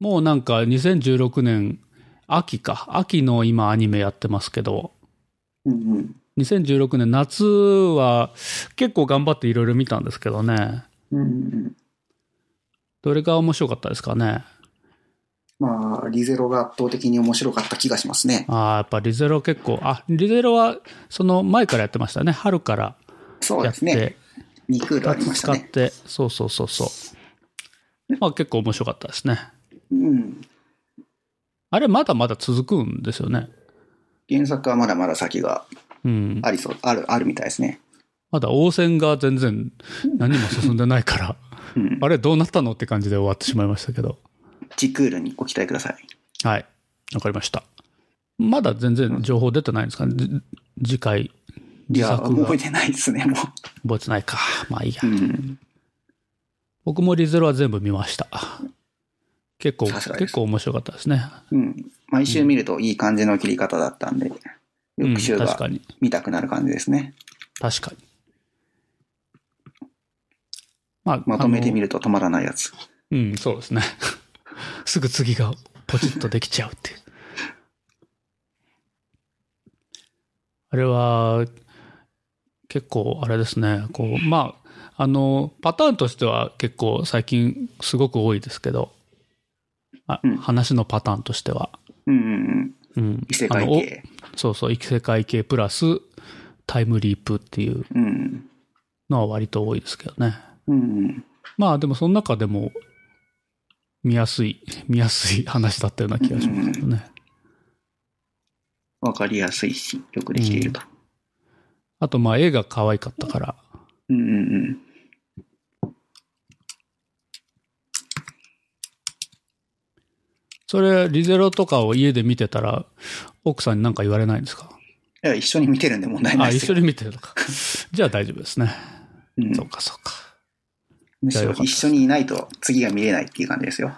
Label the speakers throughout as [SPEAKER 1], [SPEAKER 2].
[SPEAKER 1] もうなんか2016年秋か。秋の今アニメやってますけど、
[SPEAKER 2] うんうん
[SPEAKER 1] 2016年夏は結構頑張っていろいろ見たんですけどね。
[SPEAKER 2] うんうん
[SPEAKER 1] どれが面白かったですかね。
[SPEAKER 2] まあ、リゼロが圧倒的に面白かった気がしますね。
[SPEAKER 1] ああ、やっぱリゼロ結構、あ、リゼロはその前からやってましたね。春から
[SPEAKER 2] そう
[SPEAKER 1] や
[SPEAKER 2] で
[SPEAKER 1] っ
[SPEAKER 2] す
[SPEAKER 1] て、
[SPEAKER 2] ね。2クールあ
[SPEAKER 1] 2
[SPEAKER 2] り
[SPEAKER 1] つ
[SPEAKER 2] まし
[SPEAKER 1] 使
[SPEAKER 2] た
[SPEAKER 1] っ
[SPEAKER 2] ね。
[SPEAKER 1] て、そうそうそうそう。まあ結構面白かったですね。
[SPEAKER 2] うん。
[SPEAKER 1] あれまだまだ続くんですよね。
[SPEAKER 2] 原作はまだまだ先が
[SPEAKER 1] うん。
[SPEAKER 2] ありそう、ある、あるみたいですね。
[SPEAKER 1] まだ応戦が全然何も進んでないから、
[SPEAKER 2] うん。
[SPEAKER 1] あれどうなったのって感じで終わってしまいましたけど。
[SPEAKER 2] 1クールにご期待ください。
[SPEAKER 1] はい。わかりました。まだ全然情報出てないんですかね。じ次回、
[SPEAKER 2] い
[SPEAKER 1] 自
[SPEAKER 2] や、
[SPEAKER 1] 作が
[SPEAKER 2] 覚えてないですね、も
[SPEAKER 1] 覚えてないか。まあいいや
[SPEAKER 2] う。う。ん。
[SPEAKER 1] 僕もリゼロは全部見ました。結構、
[SPEAKER 2] さすがです
[SPEAKER 1] 結構面白かったですね。
[SPEAKER 2] うん。毎週見るといい感じの切り方だったんで、
[SPEAKER 1] うん、
[SPEAKER 2] 翌週
[SPEAKER 1] 確
[SPEAKER 2] が
[SPEAKER 1] かに。
[SPEAKER 2] 見たくなる感じですね。
[SPEAKER 1] 確かに。まあ、
[SPEAKER 2] まとめてみ
[SPEAKER 1] る。
[SPEAKER 2] ると止まらないやつ。
[SPEAKER 1] うん、そうですね。 すぐ次がポチッとできちゃうっていう。あれは、結構あれですね。こう、まあ、あの、パターンとしては結構最近すごく多いですけど、あ
[SPEAKER 2] うん
[SPEAKER 1] 話のパターンとしては。
[SPEAKER 2] うんうんうん。
[SPEAKER 1] うん。
[SPEAKER 2] 異世界
[SPEAKER 1] あのお
[SPEAKER 2] 系。
[SPEAKER 1] そうそう、異世界系プラスタイムリープっていう
[SPEAKER 2] うん。
[SPEAKER 1] のは割と多いですけどね。
[SPEAKER 2] うんうん。
[SPEAKER 1] まあでもその中でも見やすい、見やすい話だったような気がしますけどね。
[SPEAKER 2] わかりやすいし、よくできていると。
[SPEAKER 1] あとまあ絵が可愛かったから、
[SPEAKER 2] うんうんうん。
[SPEAKER 1] それリゼロとかを家で見てたら奥さんに何か言われないんですか
[SPEAKER 2] いや、一緒に見てるんで問題な
[SPEAKER 1] あ、
[SPEAKER 2] いで
[SPEAKER 1] 一
[SPEAKER 2] す
[SPEAKER 1] 緒
[SPEAKER 2] よ。
[SPEAKER 1] に見てるのか。じゃあ大丈夫ですね。
[SPEAKER 2] うん
[SPEAKER 1] そうかそうか。
[SPEAKER 2] むし
[SPEAKER 1] じゃあ
[SPEAKER 2] ろ
[SPEAKER 1] よかった
[SPEAKER 2] 一緒にいないと次が見れないっていう感じですよ。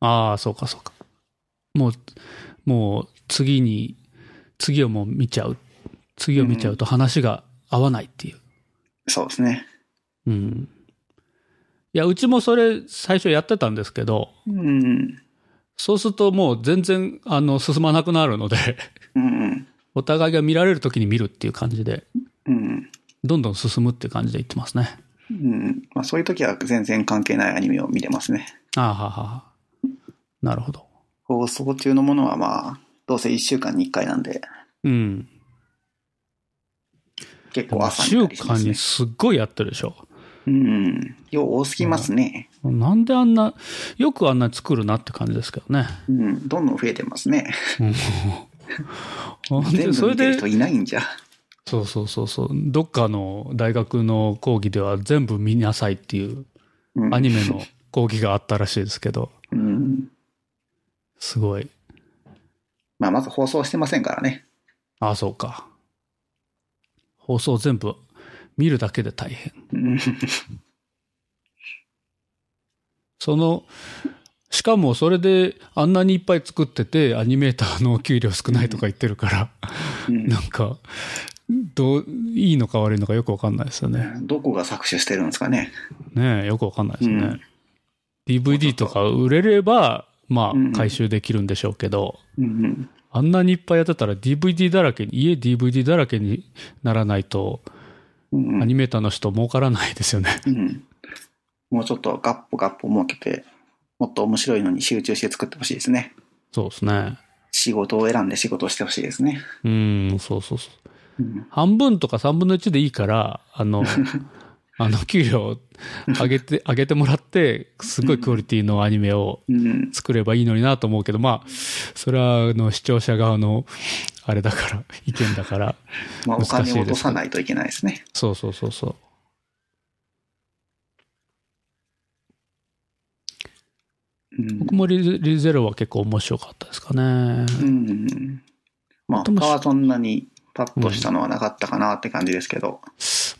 [SPEAKER 1] ああ、そうかそうか。もう、もう次に、次をもう見ちゃう。次を見ちゃうと話が合わないっていう。
[SPEAKER 2] そうですね。
[SPEAKER 1] うん。いや、うちもそれ最初やってたんですけど、
[SPEAKER 2] うん。
[SPEAKER 1] そうするともう全然、あの、進まなくなるので、
[SPEAKER 2] うん
[SPEAKER 1] お互いが見られる時に見るっていう感じで、
[SPEAKER 2] うん。うん。
[SPEAKER 1] どんどん進むっていう感じでいってますね。
[SPEAKER 2] うん。まあそういう時は全然関係ないアニメを見てますね。
[SPEAKER 1] ああ、はあはあ。なるほど。
[SPEAKER 2] 放送中のものはまあ、どうせ1週間に1回なんで、
[SPEAKER 1] うん。で
[SPEAKER 2] 結構
[SPEAKER 1] も
[SPEAKER 2] 朝
[SPEAKER 1] 週
[SPEAKER 2] に、ね。
[SPEAKER 1] 間にすっごいやってるでしょ。
[SPEAKER 2] うん。よう多すぎますね。
[SPEAKER 1] なんであんな、よくあんな作るなって感じですけどね。
[SPEAKER 2] うん。どんどん増えてますね。
[SPEAKER 1] ほん
[SPEAKER 2] 全
[SPEAKER 1] でそれ
[SPEAKER 2] 部見てる
[SPEAKER 1] で
[SPEAKER 2] 人、いないんじゃ。
[SPEAKER 1] そうそうそうそう、どっかの大学の講義では全部見なさいっていう
[SPEAKER 2] うん、
[SPEAKER 1] アニメの講義があったらしいですけど、
[SPEAKER 2] うん。
[SPEAKER 1] すごい。
[SPEAKER 2] まあまず放送してませんからね。
[SPEAKER 1] ああ、そうか。放送全部見るだけで大変。
[SPEAKER 2] うん。
[SPEAKER 1] その、しかもそれであんなにいっぱい作ってて、アニメーターの給料少ないとか言ってるから、
[SPEAKER 2] う ん
[SPEAKER 1] なんか、どう、いいのか悪いのかよくわかんないですよね。
[SPEAKER 2] どこが搾取してるんですかね。
[SPEAKER 1] ねえ、よくわかんないですね。
[SPEAKER 2] うん
[SPEAKER 1] DVD とか売れれば、ま
[SPEAKER 2] うんうん
[SPEAKER 1] あ、回収できるんでしょうけど、
[SPEAKER 2] うん。
[SPEAKER 1] あんなにいっぱいやってたら DVD だらけに、家 DVD だらけにならないと、
[SPEAKER 2] うん
[SPEAKER 1] アニメーターの人儲からないですよね。
[SPEAKER 2] うん。もうちょっとガッポガッポ儲けて、もっと面白いのに集中して作ってほしいですね。
[SPEAKER 1] そうですね。
[SPEAKER 2] 仕事を選んで仕事をしてほしいですね。
[SPEAKER 1] うん、そうそうそう。
[SPEAKER 2] うん。
[SPEAKER 1] 半分とか3分の1でいいから、あ の、あの、給料上げて、上げてもらって、すごいクオリティのアニメを
[SPEAKER 2] うん。
[SPEAKER 1] 作ればいいのになと思うけど、まあ、それは、あの、視聴者側の、あれだから、 意見だから、
[SPEAKER 2] まあ、お
[SPEAKER 1] 難しいです
[SPEAKER 2] 金を落とさないといけないですね。
[SPEAKER 1] そうそうそうそう。
[SPEAKER 2] うん
[SPEAKER 1] 僕。もリゼリゼロは結構面白かったですかね。
[SPEAKER 2] うん。まあ、
[SPEAKER 1] ともし
[SPEAKER 2] 他はそんなにパッとしたのはなかったかなって感じですけど。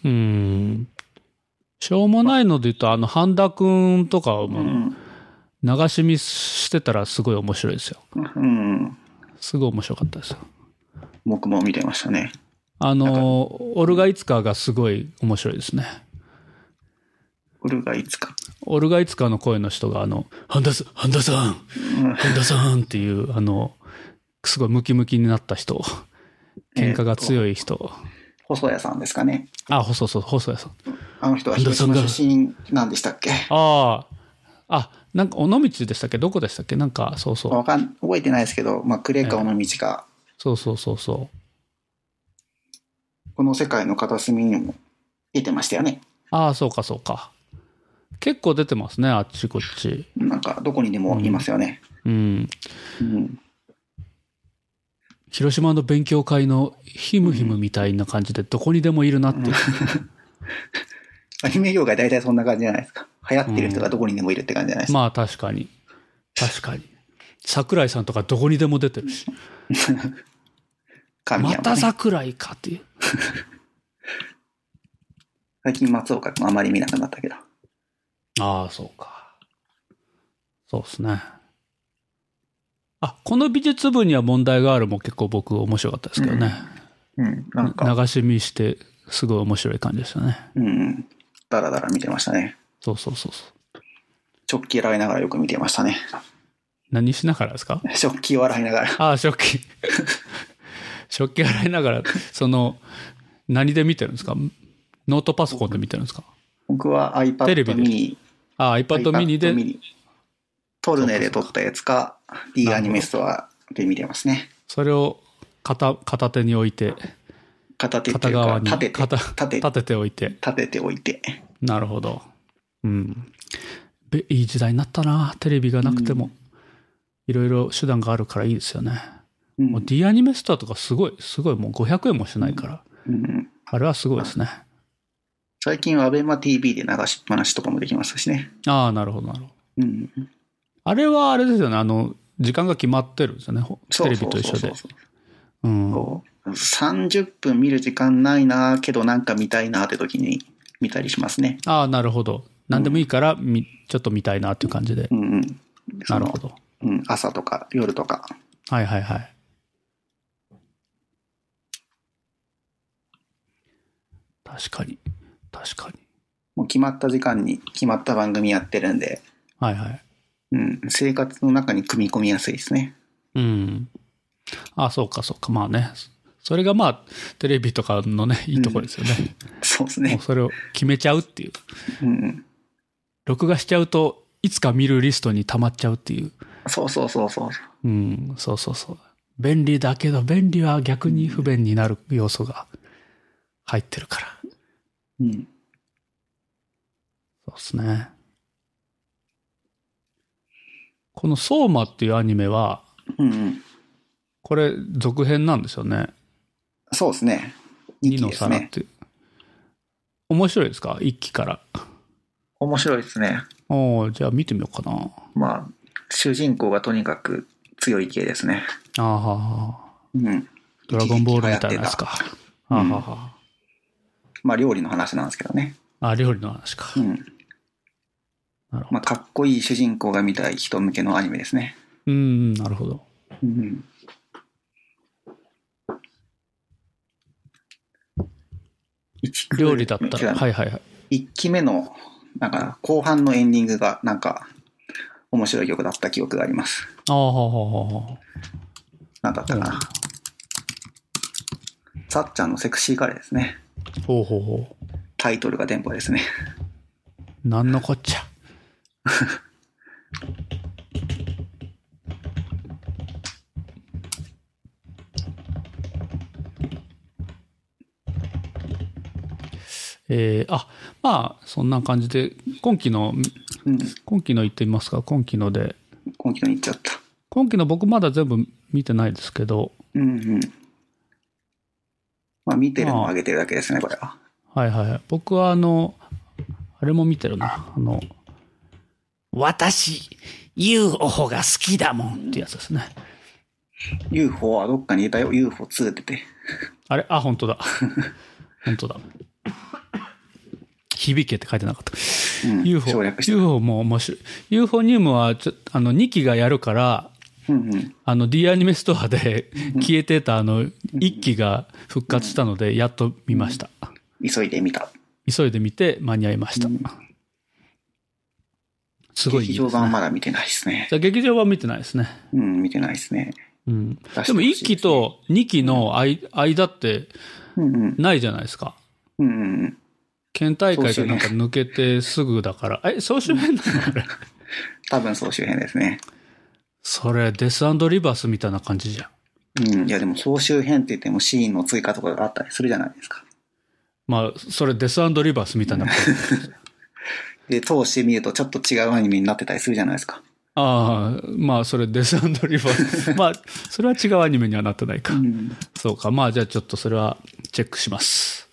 [SPEAKER 1] うん。しょうもないので言うと、あの、半田くんとか
[SPEAKER 2] う
[SPEAKER 1] も、
[SPEAKER 2] ん。
[SPEAKER 1] 流し見してたらすごい面白いですよ。
[SPEAKER 2] うん。
[SPEAKER 1] すごい面白かったですよ。
[SPEAKER 2] 僕も見てましたね。
[SPEAKER 1] あ
[SPEAKER 2] なんか
[SPEAKER 1] の、オルガイツカーがすごい面白いですね。
[SPEAKER 2] ウルガイツか。
[SPEAKER 1] オルガイツカーの声の人が、あの、半田さん、半田さん、
[SPEAKER 2] うん
[SPEAKER 1] 半田さんっていう、あの、すごいムキムキになった人、喧嘩が強い人。
[SPEAKER 2] 細谷さんですかね。
[SPEAKER 1] あ、そうそう、細谷さん。
[SPEAKER 2] あの人は広島出身なんでしたっけ
[SPEAKER 1] ああ、あ、なんか尾道でしたっけどこでしたっけなんか、そうそう。
[SPEAKER 2] わかん、覚えてないですけど、まあ、クレカオの道が、
[SPEAKER 1] そうそうそうそう。
[SPEAKER 2] この世界の片隅にも出てましたよね。
[SPEAKER 1] ああ、そうか、そうか。結構出てますね、あっちこっち。
[SPEAKER 2] なんか、どこにでもいますよね。
[SPEAKER 1] うん。
[SPEAKER 2] うん。
[SPEAKER 1] 広島の勉強会のヒムヒムみたいな感じで、どこにでもいるなっていう。
[SPEAKER 2] アニメ業界大体そんな感じじゃないですか。流行ってる人がどこにでもいるって感じじゃないですか。
[SPEAKER 1] まあ、確かに。確かに。桜井さんとかどこにでも出てるし。
[SPEAKER 2] 神
[SPEAKER 1] ま
[SPEAKER 2] 山、ね。
[SPEAKER 1] た桜井かっていう。
[SPEAKER 2] 最近松岡君あまり見なくなったけど。
[SPEAKER 1] ああ、そうか。そうですね。あ、この美術部には問題があるも結構僕面白かったですけどね。
[SPEAKER 2] うん。なんか、
[SPEAKER 1] 流し見して、すごい面白い感じでしたね。
[SPEAKER 2] うん。だらだら見てましたね。
[SPEAKER 1] そうそうそうそう。
[SPEAKER 2] 食器洗いながらよく見てましたね。
[SPEAKER 1] 何しながらですか
[SPEAKER 2] 食器を洗いながら。
[SPEAKER 1] ああ、食器。 食器洗いながら、その、何で見てるんですかノートパソコンで見てるんですか
[SPEAKER 2] 僕は
[SPEAKER 1] テレビ
[SPEAKER 2] iPad
[SPEAKER 1] で
[SPEAKER 2] ミニ、
[SPEAKER 1] ああ、iPad mini で。
[SPEAKER 2] ニ。トルネで撮ったやつか、D アニメストアで見てますね。
[SPEAKER 1] それを片片手に置いて、
[SPEAKER 2] 片手って
[SPEAKER 1] 片
[SPEAKER 2] いうか、
[SPEAKER 1] 側に
[SPEAKER 2] 立てて、
[SPEAKER 1] 片
[SPEAKER 2] 立て
[SPEAKER 1] 立てておいて。
[SPEAKER 2] 立てておいて。
[SPEAKER 1] なるほど。うん。べいい時代になったな、テレビがなくても。いろいろ手段があるからいいですよね。
[SPEAKER 2] うん
[SPEAKER 1] もう D アニメストアとかすごい、すごい、もう500円もしないから。
[SPEAKER 2] うん
[SPEAKER 1] あれはすごいですね。
[SPEAKER 2] 最近は ABEMATV で流しっぱなしとかもできますしね。
[SPEAKER 1] ああ、なるほど、なるほど。
[SPEAKER 2] うん。
[SPEAKER 1] あれはあれですよね、あの、時間が決まってるんですよね、ほ
[SPEAKER 2] そう
[SPEAKER 1] テレ
[SPEAKER 2] そ
[SPEAKER 1] ビと
[SPEAKER 2] うそう
[SPEAKER 1] 一
[SPEAKER 2] そう
[SPEAKER 1] 緒で。うん。は
[SPEAKER 2] こう30分見る時間ないなけどなんか見たいなって時に見たりしますね。
[SPEAKER 1] ああ、なるほど。何でもいいから、みちょっと見たいなっていう感じで
[SPEAKER 2] う。んうん。
[SPEAKER 1] なるほど。
[SPEAKER 2] その。うん、朝とか夜とか。
[SPEAKER 1] はいはいはい。確かに。確かに。
[SPEAKER 2] もう決まった時間に決まった番組やってるんで、
[SPEAKER 1] はいはい。
[SPEAKER 2] うん、生活の中に組み込みやすいですね。
[SPEAKER 1] うん。ああ、そうかそうか。まあね。それがまあ、テレビとかのね、いいところですよね。
[SPEAKER 2] そうです
[SPEAKER 1] もう
[SPEAKER 2] ね。
[SPEAKER 1] それを決めちゃうっていう。
[SPEAKER 2] うんうん。
[SPEAKER 1] 録画しちゃうといつか見るリストに溜まっちゃうっていう。
[SPEAKER 2] そうそうそうそう。
[SPEAKER 1] うん、そうそうそう。便利だけど、便利は逆に不便になる要素が入ってるから。
[SPEAKER 2] うん。
[SPEAKER 1] そうですね。このソーマっていうアニメは、
[SPEAKER 2] うんうん。
[SPEAKER 1] これ続編なんですよね。
[SPEAKER 2] そうですね。2
[SPEAKER 1] 二
[SPEAKER 2] 期
[SPEAKER 1] の
[SPEAKER 2] です
[SPEAKER 1] 皿っ
[SPEAKER 2] ね。
[SPEAKER 1] て。面白いですか一期から。
[SPEAKER 2] 面白いですね。
[SPEAKER 1] おおじゃあ見てみようかな。
[SPEAKER 2] まあ、主人公がとにかく強い系ですね。
[SPEAKER 1] あーはーは
[SPEAKER 2] うん。
[SPEAKER 1] ードラゴンボールみたいなやつか。あ
[SPEAKER 2] 流行
[SPEAKER 1] ー
[SPEAKER 2] ってた
[SPEAKER 1] はーは
[SPEAKER 2] まあ、料理の話なんですけどね。
[SPEAKER 1] ーあ、料理の話か。
[SPEAKER 2] うん。
[SPEAKER 1] なるほ
[SPEAKER 2] ま
[SPEAKER 1] ど。
[SPEAKER 2] あ、かっこいい主人公が見たい人向けのアニメですね。
[SPEAKER 1] うん、なるほど。
[SPEAKER 2] うん。一期
[SPEAKER 1] 料理だったら。
[SPEAKER 2] 違う
[SPEAKER 1] はいはいはい。
[SPEAKER 2] 一期目の、なんか、後半のエンディングが、なんか、面白い曲だった記憶があります。
[SPEAKER 1] あーはーはーはーは
[SPEAKER 2] なんだったか
[SPEAKER 1] うん
[SPEAKER 2] な。さっちゃんのセクシーカレーですね。
[SPEAKER 1] ー。ほうほうほう。
[SPEAKER 2] タイトルが電波ですね。
[SPEAKER 1] なんのこっちゃ。 えーあまあそんな感じで今期の
[SPEAKER 2] うん。
[SPEAKER 1] 今期の言ってみますか今期ので
[SPEAKER 2] 今期の言っちゃった。
[SPEAKER 1] 今期の僕まだ全部見てないですけど
[SPEAKER 2] うんうん。まあ、見てるのを上げてるだけですね、これは。
[SPEAKER 1] はいはいはい僕はあのあれも見てるなあの「私 UFO が好きだもん」ってやつですね
[SPEAKER 2] UFO はどっかにいたよ、UFO2 ってて。
[SPEAKER 1] あれあ、本当だ。 本当だ。響けって書いてなかった。
[SPEAKER 2] うん、
[SPEAKER 1] UFO
[SPEAKER 2] 省略。して。
[SPEAKER 1] UFO も面白い。UFO ニウムはちょ、あの、2期がやるから、
[SPEAKER 2] うんうん。
[SPEAKER 1] あの、D アニメストアで消えてた、あの、1期が復活したので、やっと見ました。
[SPEAKER 2] 急いで見た。
[SPEAKER 1] 急いで見て間に合いました。すごいいい
[SPEAKER 2] 劇
[SPEAKER 1] です、ね。
[SPEAKER 2] 場版まだ見てないですね。
[SPEAKER 1] じゃあ劇場版見てないですね。
[SPEAKER 2] うん、見てないですね。
[SPEAKER 1] うん。
[SPEAKER 2] ほし
[SPEAKER 1] でも
[SPEAKER 2] いで
[SPEAKER 1] 1
[SPEAKER 2] す
[SPEAKER 1] 期
[SPEAKER 2] ね
[SPEAKER 1] と2期の間間って
[SPEAKER 2] うんうん。
[SPEAKER 1] ないじゃないですか。
[SPEAKER 2] うんうん。
[SPEAKER 1] 県大会がなんか抜けてすぐだから。え、総集編なのあれ。
[SPEAKER 2] 多分総集編ですね。
[SPEAKER 1] それ、デスリバースみたいな感じじゃん。
[SPEAKER 2] うん。いや、でも総集編って言ってもシーンの追加とかがあったりするじゃないですか。
[SPEAKER 1] まあ、それデスリバースみたいな。
[SPEAKER 2] で、通してみるとちょっと違うアニメになってたりするじゃないですか。
[SPEAKER 1] ああ、まあ、それデスリバース。まあ、それは違うアニメにはなってないか
[SPEAKER 2] う。ん。
[SPEAKER 1] そうか。まあ、じゃあちょっとそれはチェックします。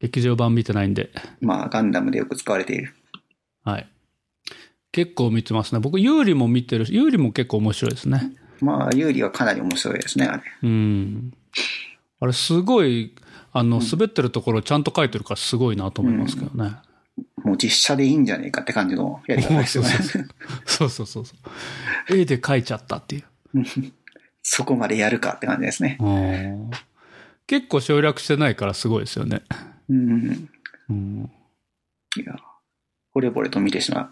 [SPEAKER 1] 劇場版見てないんで。
[SPEAKER 2] まあ、ガンダムでよく使われている。
[SPEAKER 1] はい。結構見てますね。僕、ユーリも見てるし、ユーリも結構面白いですね。
[SPEAKER 2] まあ、有利はかなり面白いですね、あれ。
[SPEAKER 1] うん。あれ、すごい、あの、滑ってるところちゃんと書いてるからすごいなと思いますけどね。
[SPEAKER 2] もう実写でいいんじゃねえかって感じのやり 方ですよね。
[SPEAKER 1] そうそうそうそう。絵で書いちゃったっていう。
[SPEAKER 2] そこまでやるかって感じですね。
[SPEAKER 1] 結構省略してないからすごいですよね。
[SPEAKER 2] うんうん。
[SPEAKER 1] うん。
[SPEAKER 2] いや、惚れ惚れと見てしま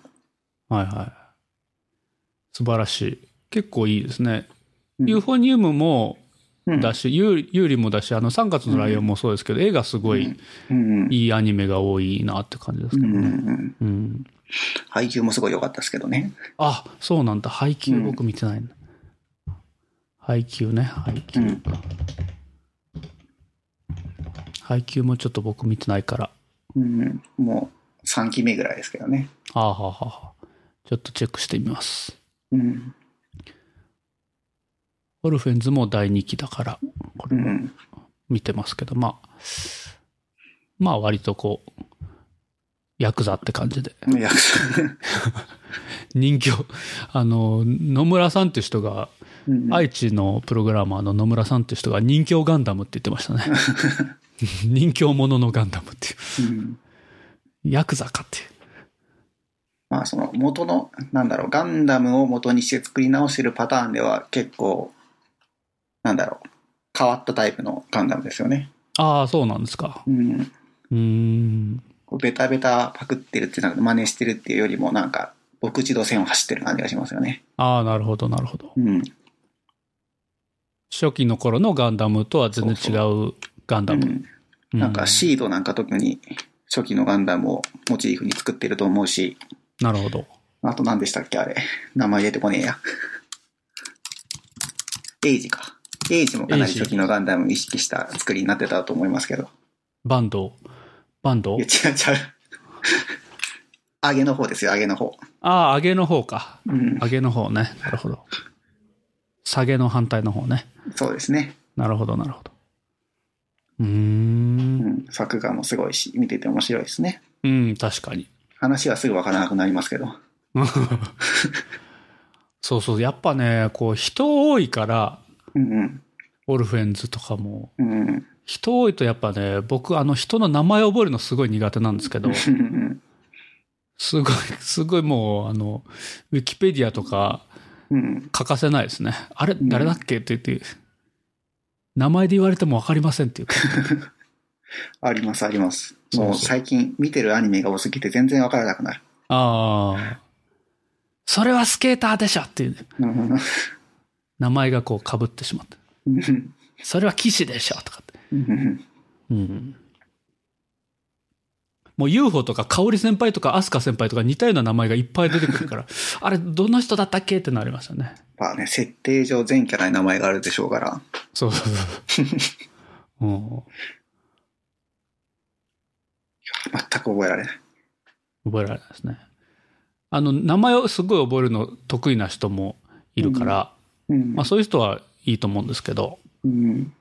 [SPEAKER 1] はいはい。素晴らしい。結構いいですね。
[SPEAKER 2] うん
[SPEAKER 1] ユーフォニウムも
[SPEAKER 2] う。うん、
[SPEAKER 1] だし、ユーユーリもだし、あの3月のライオンもそうですけど、絵がすごい
[SPEAKER 2] うんうん。
[SPEAKER 1] いいアニメが多いなって感じですけ
[SPEAKER 2] う
[SPEAKER 1] ど
[SPEAKER 2] んうんう
[SPEAKER 1] ね。
[SPEAKER 2] ん。
[SPEAKER 1] うん。
[SPEAKER 2] 配給もすごい良かったですけどね。
[SPEAKER 1] あ、そうなんだ。配給
[SPEAKER 2] うん
[SPEAKER 1] 僕見てないな。配給ね、配給。
[SPEAKER 2] うん
[SPEAKER 1] 配給もちょっと僕見てないから。
[SPEAKER 2] うんうん。もう3期目ぐらいですけどね。
[SPEAKER 1] ああはあはあはあ。ちょっとチェックしてみます。
[SPEAKER 2] うん。
[SPEAKER 1] オルフェンズも第2期だから、こ
[SPEAKER 2] う
[SPEAKER 1] れ
[SPEAKER 2] んう
[SPEAKER 1] も
[SPEAKER 2] ん。
[SPEAKER 1] 見てますけど、まあ、まあ割とこう、ヤクザって感じで。
[SPEAKER 2] いや
[SPEAKER 1] 人気を、あの、野村さんっていう人が、
[SPEAKER 2] うんうん
[SPEAKER 1] 愛知のプログラマーの野村さんっていう人が人形ガンダムって言ってましたね。 人形もののガンダムっていう。
[SPEAKER 2] うん
[SPEAKER 1] ヤクザかっていう。
[SPEAKER 2] まあその元の、なんだろう、ガンダムを元にして作り直してるパターンでは結構、なんだろう、変わったタイプのガンダムですよね。
[SPEAKER 1] ああ、そうなんですか。
[SPEAKER 2] うん。
[SPEAKER 1] うーん。
[SPEAKER 2] こうベタベタパクってるってなんか真似してるっていうよりもなんか独自路線を走ってる感じがしますよね。
[SPEAKER 1] ああ、なるほど、なるほど。
[SPEAKER 2] うん。
[SPEAKER 1] 初期の頃のガンダムとは全然違うガンダム。
[SPEAKER 2] うん、なん
[SPEAKER 1] う
[SPEAKER 2] かシードなんか特に初期のガンダムをモチーフに作ってると思うし、
[SPEAKER 1] なるほど。
[SPEAKER 2] あと何でしたっけあれ。名前出てこねえや。エイジか。エイジもかなり初期のガンダムを意識した作りになってたと思いますけど。
[SPEAKER 1] バンド。バンド
[SPEAKER 2] いや、違う違う。上げの方ですよ、上げの方。
[SPEAKER 1] ああ、上げの方か。
[SPEAKER 2] うん。
[SPEAKER 1] 上げの方ね。なるほど。下げの反対の方ね。
[SPEAKER 2] そうですね。
[SPEAKER 1] なるほど、なるほど。うー。
[SPEAKER 2] うんん。作画もすごいし、見てて面白いですね。
[SPEAKER 1] うん、確かに。
[SPEAKER 2] 話はすぐわからなくなりますけど。
[SPEAKER 1] そうそう。やっぱね、こう、人多いから、
[SPEAKER 2] うん
[SPEAKER 1] オルフェンズとかも。
[SPEAKER 2] うん。うんうん。
[SPEAKER 1] 人多いとやっぱね、僕、あの人の名前覚えるのすごい苦手なんですけど、
[SPEAKER 2] うんうん
[SPEAKER 1] すごい、すごいもう、あの、ウィキペディアとか
[SPEAKER 2] うん。
[SPEAKER 1] 欠かせないですね。あれ、誰だっけって言って、名前で言われてもわかりませんっていうか。
[SPEAKER 2] あります、あります。
[SPEAKER 1] そうそう
[SPEAKER 2] もう最近見てるアニメが多すぎて全然わからなくなる。
[SPEAKER 1] ああ。それはスケーターでしょっていうね、
[SPEAKER 2] うんうん
[SPEAKER 1] 名前がこう被ってしまって。
[SPEAKER 2] うん
[SPEAKER 1] それは騎士でしょとかって。
[SPEAKER 2] うん
[SPEAKER 1] うん。もう UFO とか香織先輩とか飛鳥先輩とか似たような名前がいっぱい出てくるから、 あれ、どの人だったっけってなりましたね。
[SPEAKER 2] まあね、設定上全キャラに名前があるでしょうから。
[SPEAKER 1] そうそう そう。うん。
[SPEAKER 2] 全く覚えられない。
[SPEAKER 1] 覚えられないですね。あの、名前をすごい覚えるの得意な人もいるから、
[SPEAKER 2] うん
[SPEAKER 1] まあそういう人はいいと思うんですけど、
[SPEAKER 2] うん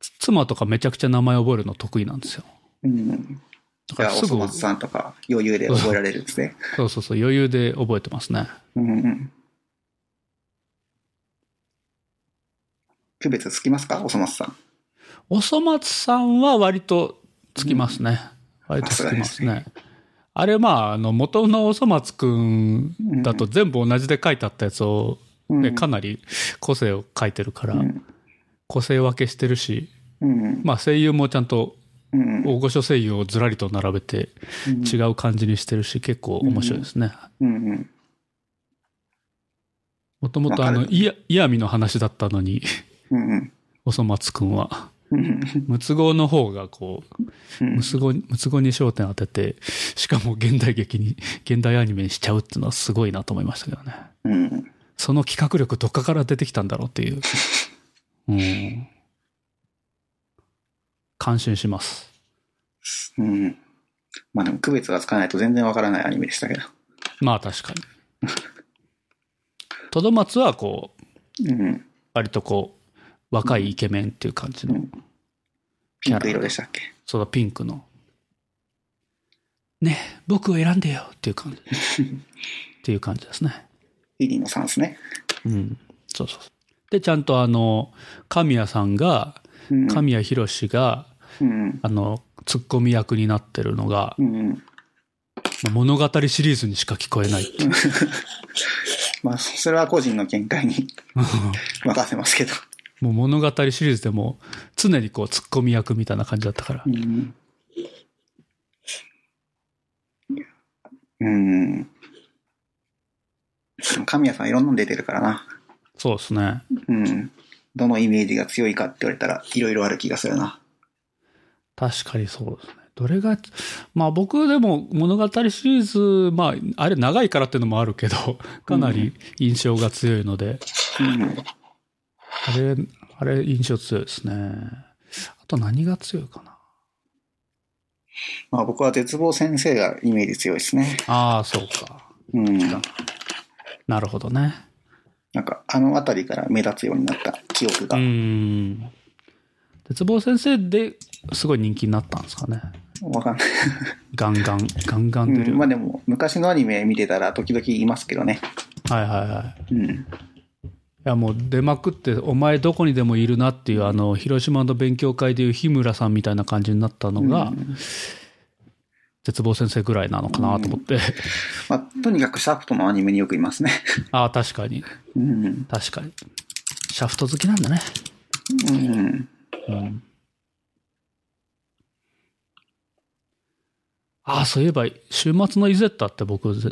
[SPEAKER 1] つ妻とかめちゃくちゃ名前覚えるの得意なんですよ。
[SPEAKER 2] うん。
[SPEAKER 1] だ
[SPEAKER 2] じ
[SPEAKER 1] か
[SPEAKER 2] ゃ
[SPEAKER 1] ら
[SPEAKER 2] あ、
[SPEAKER 1] す
[SPEAKER 2] お
[SPEAKER 1] ぐ、
[SPEAKER 2] そ松さんとか余裕で覚えられるんですね。
[SPEAKER 1] そうそうそう、余裕で覚えてますね。
[SPEAKER 2] うんうん。区別つきますかおそ松さん。
[SPEAKER 1] おそ松さんは割とつきますね。割とつきますね。あれ、まあ、あの、元のおそ松くんだと全部同じで書いてあったやつを、ね
[SPEAKER 2] うん
[SPEAKER 1] かなり個性を書いてるから、
[SPEAKER 2] うん
[SPEAKER 1] 個性分けしてるし、
[SPEAKER 2] うん。
[SPEAKER 1] まあ声優もちゃんと
[SPEAKER 2] うん
[SPEAKER 1] 大御所声優をずらりと並べて
[SPEAKER 2] うん
[SPEAKER 1] 違う感じにしてるし、結構面白いですね。
[SPEAKER 2] うんうん
[SPEAKER 1] もともとあ
[SPEAKER 2] わ
[SPEAKER 1] の、
[SPEAKER 2] か
[SPEAKER 1] イヤイヤミの話だったのに、
[SPEAKER 2] うんうん
[SPEAKER 1] おそ松くんは、
[SPEAKER 2] うん
[SPEAKER 1] ムツゴの方がこう、
[SPEAKER 2] うん
[SPEAKER 1] ムツゴ、ムツゴに焦点当てて、しかも現代劇に、 現代アニメにしちゃうっていうのはすごいなと思いましたけどね。
[SPEAKER 2] うん
[SPEAKER 1] その企画力どっかから出てきたんだろうって いう。うん。感心します。
[SPEAKER 2] うんまあでも区別がつかないと全然わからないアニメでしたけど
[SPEAKER 1] まあ確か に。トドマツはこう、
[SPEAKER 2] うん
[SPEAKER 1] 割とこう、若いイケメンっていう感じの、
[SPEAKER 2] うんピンク色でしたっけ
[SPEAKER 1] そのピンクの。ねえ僕を選んでよっていう感じ。っていう感じですね。
[SPEAKER 2] リリーのサンスね
[SPEAKER 1] うん。そうそうそう。で、ちゃんとあの、神谷さんが、
[SPEAKER 2] うん
[SPEAKER 1] 神谷博が、
[SPEAKER 2] うん
[SPEAKER 1] あの、ツッコミ役になってるのが、
[SPEAKER 2] うんうん
[SPEAKER 1] 物語シリーズにしか聞こえないっていう
[SPEAKER 2] まあそれは個人の見解に 任せますけど
[SPEAKER 1] もう物語シリーズでも常にこうツッコミ役みたいな感じだったから
[SPEAKER 2] う、んうんでも神谷さんいろんなの出てるからな
[SPEAKER 1] そうですね
[SPEAKER 2] うんどのイメージが強いかって言われたらいろいろある気がするな
[SPEAKER 1] 確かにそうですねどれがまあ僕でも物語シリーズまああれ長いからっていうのもあるけど かなり印象が強いので、
[SPEAKER 2] うん
[SPEAKER 1] あれあれ印象強いですねあと何が強いかな
[SPEAKER 2] まあ僕は絶望先生がイメージ強いですね。
[SPEAKER 1] ああそうか
[SPEAKER 2] うん。
[SPEAKER 1] なるほどね
[SPEAKER 2] なんかあの辺りから目立つようになった記憶
[SPEAKER 1] う
[SPEAKER 2] が。
[SPEAKER 1] ん鉄棒先生ですごい人気になったんですかね
[SPEAKER 2] わかんない。
[SPEAKER 1] ガンガン、ガンガン出る
[SPEAKER 2] う
[SPEAKER 1] よ。
[SPEAKER 2] ん、まあでも昔のアニメ見てたら時々いますけどね。
[SPEAKER 1] はいはいはい。い
[SPEAKER 2] うん。
[SPEAKER 1] やもう出まくって、お前どこにでもいるなっていう、あの、広島の勉強会でいう日村さんみたいな感じになったのが、絶望先生ぐらいなのかなと思って。
[SPEAKER 2] まあとにかくシャフトのアニメによくいますね。
[SPEAKER 1] ああ、確かに。
[SPEAKER 2] うん。
[SPEAKER 1] 確かに。シャフト好きなんだね。
[SPEAKER 2] うん。
[SPEAKER 1] うん。ああ、そういえば、週末のイゼッタって僕、ぜ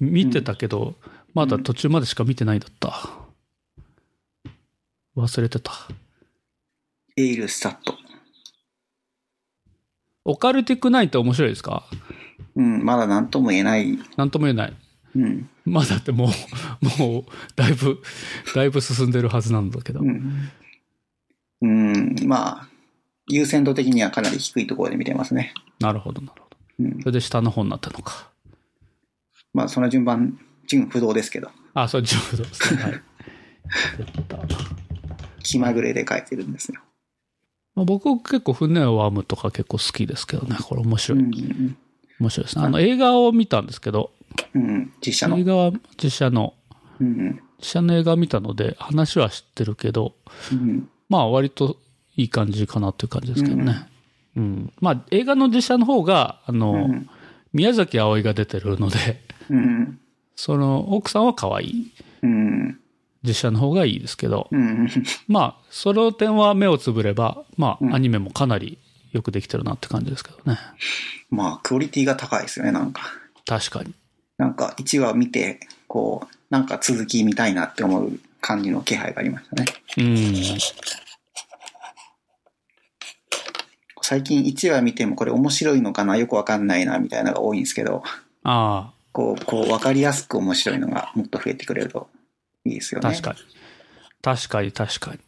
[SPEAKER 1] 見てたけど、まだ途中までしか見てないんだった。忘れてた。
[SPEAKER 2] エイルスタット。
[SPEAKER 1] オカルティックナインって面白いですか
[SPEAKER 2] うん。まだ何とも言えない。
[SPEAKER 1] なんとも言えない。
[SPEAKER 2] うん。
[SPEAKER 1] まあだってもう、もう、だいぶ、だいぶ進んでるはずなんだけど。
[SPEAKER 2] うん。うん。まあ、優先度的にはかなり低いところで見てますね。
[SPEAKER 1] なるほど、なるほど。
[SPEAKER 2] うん
[SPEAKER 1] そ。れで下の方になったのか。
[SPEAKER 2] まあその順番、順不動ですけど、
[SPEAKER 1] あ、そう、ジョブドですね。はい。絶対
[SPEAKER 2] 気まぐれで書いてるんですよ。
[SPEAKER 1] まあ、僕結構船をワームとか結構好きですけどね。これ面
[SPEAKER 2] う
[SPEAKER 1] 白い。
[SPEAKER 2] ん。
[SPEAKER 1] 面白いですね。あの映画を見たんですけど、
[SPEAKER 2] うん、実写の。
[SPEAKER 1] 映画は実写の、
[SPEAKER 2] うん、
[SPEAKER 1] 実写の映画を見たので話は知ってるけど、
[SPEAKER 2] うん、
[SPEAKER 1] まあ割といい感じかなという感じですけどね。うん。まあ映画の実写の方が、あの、
[SPEAKER 2] うん、
[SPEAKER 1] 宮崎あおいが出てるので、
[SPEAKER 2] うん、
[SPEAKER 1] その奥さんは可愛い。
[SPEAKER 2] うん、
[SPEAKER 1] 実写の方がいいですけど、
[SPEAKER 2] うん、
[SPEAKER 1] まあ、その点は目をつぶれば、ま
[SPEAKER 2] う
[SPEAKER 1] あ、
[SPEAKER 2] ん
[SPEAKER 1] アニメもかなりよくできてるなって感じですけどね。
[SPEAKER 2] まあ、クオリティが高いですよね、なんか。
[SPEAKER 1] 確かに。
[SPEAKER 2] なんか、1話見て、こう、なんか続き見たいなって思う感じの気配がありましたね。
[SPEAKER 1] うん。
[SPEAKER 2] 最近1話見てもこれ面白いのかな、よくわかんないな、みたいなのが多いんですけど、
[SPEAKER 1] あ
[SPEAKER 2] こう、こう、わかりやすく面白いのがもっと増えてくれるといいですよ
[SPEAKER 1] あ、
[SPEAKER 2] ね。
[SPEAKER 1] 確かに。確かに、確かに。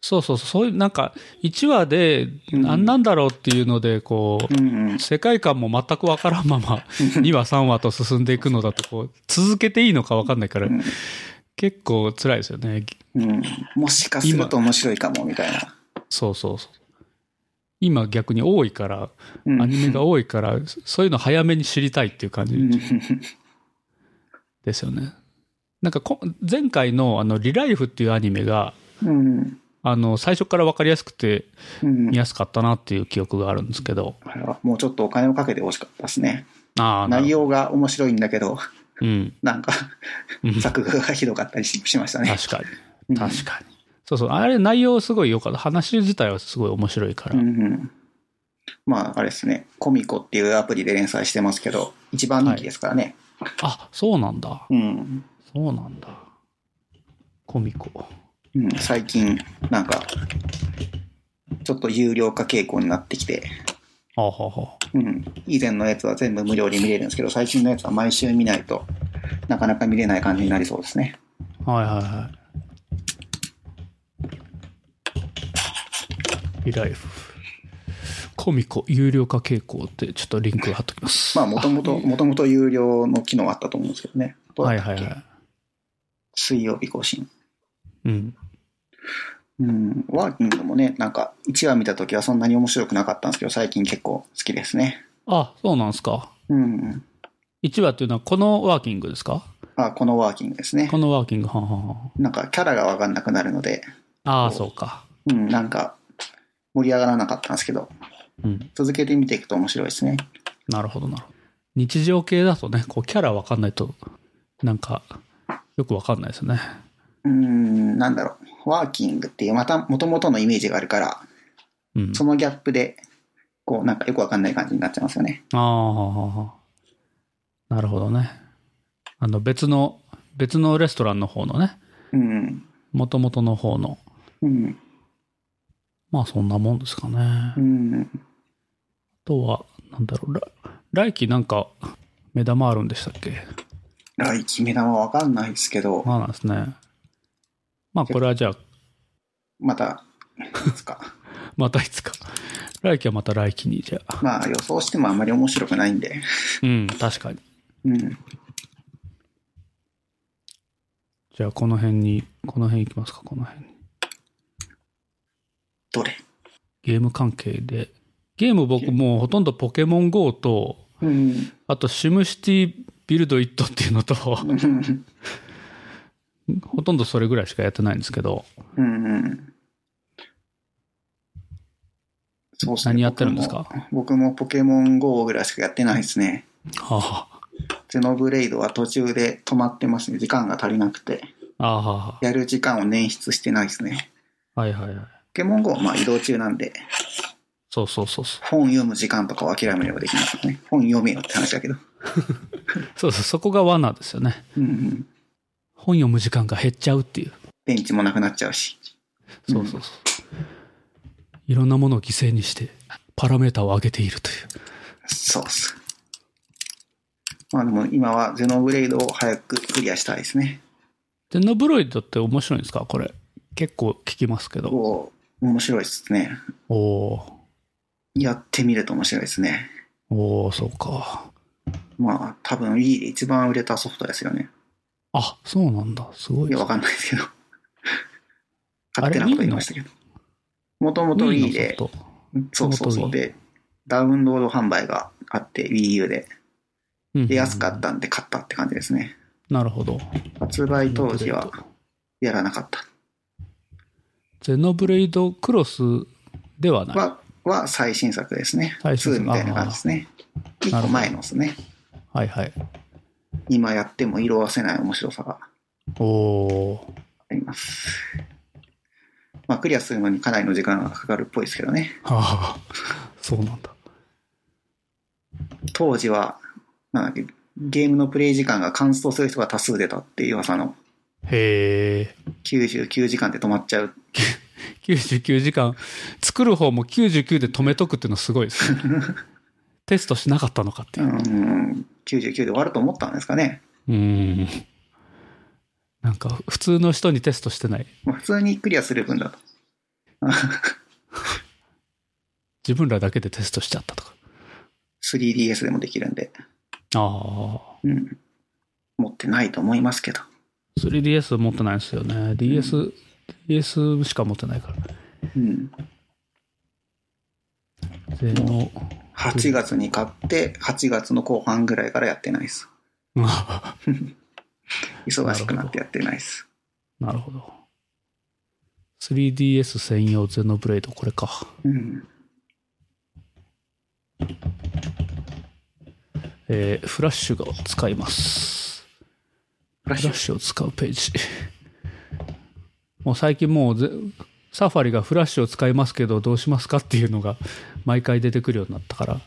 [SPEAKER 1] そうそうそう、そういう、なんか、1話で、
[SPEAKER 2] うん
[SPEAKER 1] 何なんだろうっていうので、こう、
[SPEAKER 2] うん、うん、
[SPEAKER 1] 世界観も全くわからんまま、2話、3話と進んでいくのだと、こう、続けていいのかわかんないから
[SPEAKER 2] うん、
[SPEAKER 1] 結構辛いですよね。
[SPEAKER 2] うん。もしかすると面白いかも、みたいな。
[SPEAKER 1] そうそうそう。今逆に多いから、
[SPEAKER 2] うん
[SPEAKER 1] アニメが多いから、そそういうの早めに知りたいっていう感
[SPEAKER 2] うん、
[SPEAKER 1] じですよね。なんかこ前回のあのリライフっていうアニメが、
[SPEAKER 2] うん、
[SPEAKER 1] あの、最初から分かりやすくて
[SPEAKER 2] うん
[SPEAKER 1] 見。やすかったなっていう記憶があるんですけど。
[SPEAKER 2] あれはもうちょっとお金をかけてほしかったですね。
[SPEAKER 1] ああ、なるほ
[SPEAKER 2] 内
[SPEAKER 1] ど
[SPEAKER 2] 容が面白いんだけど、
[SPEAKER 1] うん。
[SPEAKER 2] な んか、
[SPEAKER 1] うん
[SPEAKER 2] 作画がひどかったりししましたね。
[SPEAKER 1] 確か
[SPEAKER 2] う
[SPEAKER 1] に。
[SPEAKER 2] ん
[SPEAKER 1] 確かに。そうそう。あれ内容すごい良かった。話自体はすごい面白いから。
[SPEAKER 2] うんまあ、あれですね、コミコっていうアプリで連載してますけど、一番人気ですからね。
[SPEAKER 1] あ、そうなんだ。
[SPEAKER 2] うん。
[SPEAKER 1] そうなんだ。コミコ。
[SPEAKER 2] うん、最近、なんか、ちょっと有料化傾向になってきて、
[SPEAKER 1] あはは。
[SPEAKER 2] うん。以前のやつは全部無料で見れるんですけど、最近のやつは毎週見ないとなかなか見れない感じになりそうですね。
[SPEAKER 1] はいはいはい。リライフ。コミコ有料化傾向ってちょっとリンク貼っときます。
[SPEAKER 2] まあ、もともと、もともと有料の機能あったと思うんですけどね。どう
[SPEAKER 1] は
[SPEAKER 2] だ
[SPEAKER 1] い
[SPEAKER 2] った
[SPEAKER 1] はい
[SPEAKER 2] っけ
[SPEAKER 1] はい。
[SPEAKER 2] 水曜日更新。
[SPEAKER 1] うん。
[SPEAKER 2] うん。ワーキングもね、なんか、1話見た時はそんなに面白くなかったんですけど、最近結構好きですね。
[SPEAKER 1] あ、そうなんですか。
[SPEAKER 2] うん。
[SPEAKER 1] 1話っていうのはこのワーキングですか
[SPEAKER 2] あ、このワーキングですね
[SPEAKER 1] こ。のワーキング、はんはんはん。
[SPEAKER 2] なんか、キャラがわかんなくなるので、
[SPEAKER 1] ああ、そうか。
[SPEAKER 2] うん、なんか、盛り上がらなかったんですけど、
[SPEAKER 1] うん。
[SPEAKER 2] 続けて見ていくと面白いですね。
[SPEAKER 1] なるほどなるほど。日常系だとね、こうキャラわかんないと、なんか、よくわかんないですよね。
[SPEAKER 2] うーん、なんだろう。ワーキングっていう、また元々のイメージがあるから、
[SPEAKER 1] うん。
[SPEAKER 2] そのギャップで、こう、なんかよくわかんない感じになっちゃいますよね。
[SPEAKER 1] ああ、なるほどね。あの別の、別のレストランの方のね、
[SPEAKER 2] うん。
[SPEAKER 1] もともとの方の、
[SPEAKER 2] うん。
[SPEAKER 1] まあそんなもんですかね。
[SPEAKER 2] う
[SPEAKER 1] あ
[SPEAKER 2] ん。
[SPEAKER 1] とは、なんだろう、ら来期なんか目玉あるんでしたっけ
[SPEAKER 2] 来期目玉わかんないですけど、
[SPEAKER 1] まあなんですね。まあこれはじゃあ、
[SPEAKER 2] また、いつか。
[SPEAKER 1] またいつか。来期はまた来期に、じゃあ。
[SPEAKER 2] まあ予想してもあんまり面白くないんで。
[SPEAKER 1] うん、確かに。
[SPEAKER 2] うん。
[SPEAKER 1] じゃあこの辺に、この辺いきますか、この辺に。
[SPEAKER 2] どれ
[SPEAKER 1] ゲーム関係で。ゲーム僕もうほとんどポケモン GO と、
[SPEAKER 2] うん。
[SPEAKER 1] あと、シムシティビルドイットっていうの と、
[SPEAKER 2] うん。
[SPEAKER 1] ほとんどそれぐらいしかやってないんですけど、
[SPEAKER 2] うん。そうっすね
[SPEAKER 1] 何やってるんですか
[SPEAKER 2] 僕も僕もポケモン GO ぐらいしかやってないですね。
[SPEAKER 1] は
[SPEAKER 2] ゼノブレイドは途中で止まってますね。時間が足りなくて。
[SPEAKER 1] あ、ああ、
[SPEAKER 2] やる時間を捻出してないですね。
[SPEAKER 1] はいはいはい。
[SPEAKER 2] ポケモン GO はまあ移動中なんで、
[SPEAKER 1] そうそうそうそ
[SPEAKER 2] 本読む時間とかを諦めればできますよね。本読めよって話だけど。
[SPEAKER 1] う。そうそう、そこが罠ですよね。
[SPEAKER 2] うんうん。
[SPEAKER 1] 本読む時間が減っちゃうっていう。
[SPEAKER 2] 電池もなくなっちゃうし。
[SPEAKER 1] そうそうそう。いろんなものを犠牲にして、パラメータを上げているという。
[SPEAKER 2] そうっす。まあでも今はゼノブレイドを早くクリアしたいですね。
[SPEAKER 1] で、ノブロイドって面白いんですかこれ。結構聞きますけど。
[SPEAKER 2] こう、面白いですね。
[SPEAKER 1] おお
[SPEAKER 2] やってみると面白いですね。
[SPEAKER 1] ーおーそうか。
[SPEAKER 2] まあ多分 Wii で一番売れたソフトですよね。
[SPEAKER 1] あ、そうなんだ。すごい
[SPEAKER 2] い
[SPEAKER 1] で
[SPEAKER 2] や、
[SPEAKER 1] す
[SPEAKER 2] わ
[SPEAKER 1] ね。
[SPEAKER 2] かんないですけど。
[SPEAKER 1] あ
[SPEAKER 2] 勝
[SPEAKER 1] れ
[SPEAKER 2] 手なこと言いましたけど。もともと
[SPEAKER 1] Wii の
[SPEAKER 2] Wii で
[SPEAKER 1] ソフト
[SPEAKER 2] そうそうそ
[SPEAKER 1] 元
[SPEAKER 2] う。
[SPEAKER 1] Wii
[SPEAKER 2] で、ダウンロード販売があって、Wii U で。
[SPEAKER 1] うんうんうん
[SPEAKER 2] で、安かったんで買ったって感じですね。
[SPEAKER 1] なるほど。
[SPEAKER 2] 発売当時はやらなかった。
[SPEAKER 1] ゼノブレイドクロスではない。
[SPEAKER 2] は、は最新作ですね。
[SPEAKER 1] 最新作
[SPEAKER 2] 2みたいな感じですね。
[SPEAKER 1] ーなるほ
[SPEAKER 2] 1個
[SPEAKER 1] ど
[SPEAKER 2] 前のですね。
[SPEAKER 1] はいはい。
[SPEAKER 2] 今やっても色褪せない面白さが
[SPEAKER 1] おお
[SPEAKER 2] あります。まあ、クリアするのにかなりの時間がかかるっぽいですけどね。
[SPEAKER 1] ー。 はあ、そうなんだ。
[SPEAKER 2] 当時は、なんだっけ、ゲームのプレイ時間が完走する人が多数出たっていう噂の
[SPEAKER 1] へえ。
[SPEAKER 2] 99時間で止まっちゃう。
[SPEAKER 1] 99時間。作る方も99で止めとくっていうのすごい ですね。テストしなかったのかって
[SPEAKER 2] う
[SPEAKER 1] いう。
[SPEAKER 2] ん、99で終わると思ったんですかね。
[SPEAKER 1] うーん。なんか、普通の人にテストしてない。
[SPEAKER 2] まあ、普通にクリアする分だと。
[SPEAKER 1] 自分らだけでテストしちゃったとか。
[SPEAKER 2] 3DS でもできるんで。
[SPEAKER 1] ああ。
[SPEAKER 2] うん。持ってないと思いますけど。
[SPEAKER 1] 3DS 持ってないんですよね。DS、DS しか持ってないから。
[SPEAKER 2] うん。
[SPEAKER 1] ゼ ノ。
[SPEAKER 2] 8月に買って、8月の後半ぐらいからやってないです。忙しくなってやってないです。
[SPEAKER 1] なるほど。3DS 専用ゼノブレイド、これか。
[SPEAKER 2] うん。
[SPEAKER 1] えーフラッシュが使います。
[SPEAKER 2] フラッ
[SPEAKER 1] フ
[SPEAKER 2] シ
[SPEAKER 1] ラッシュを
[SPEAKER 2] ュ
[SPEAKER 1] 使うページ。もう最近もうぜ、サファリがフラッシュを使いますけどどうしますかっていうのが毎回出てくるようになったから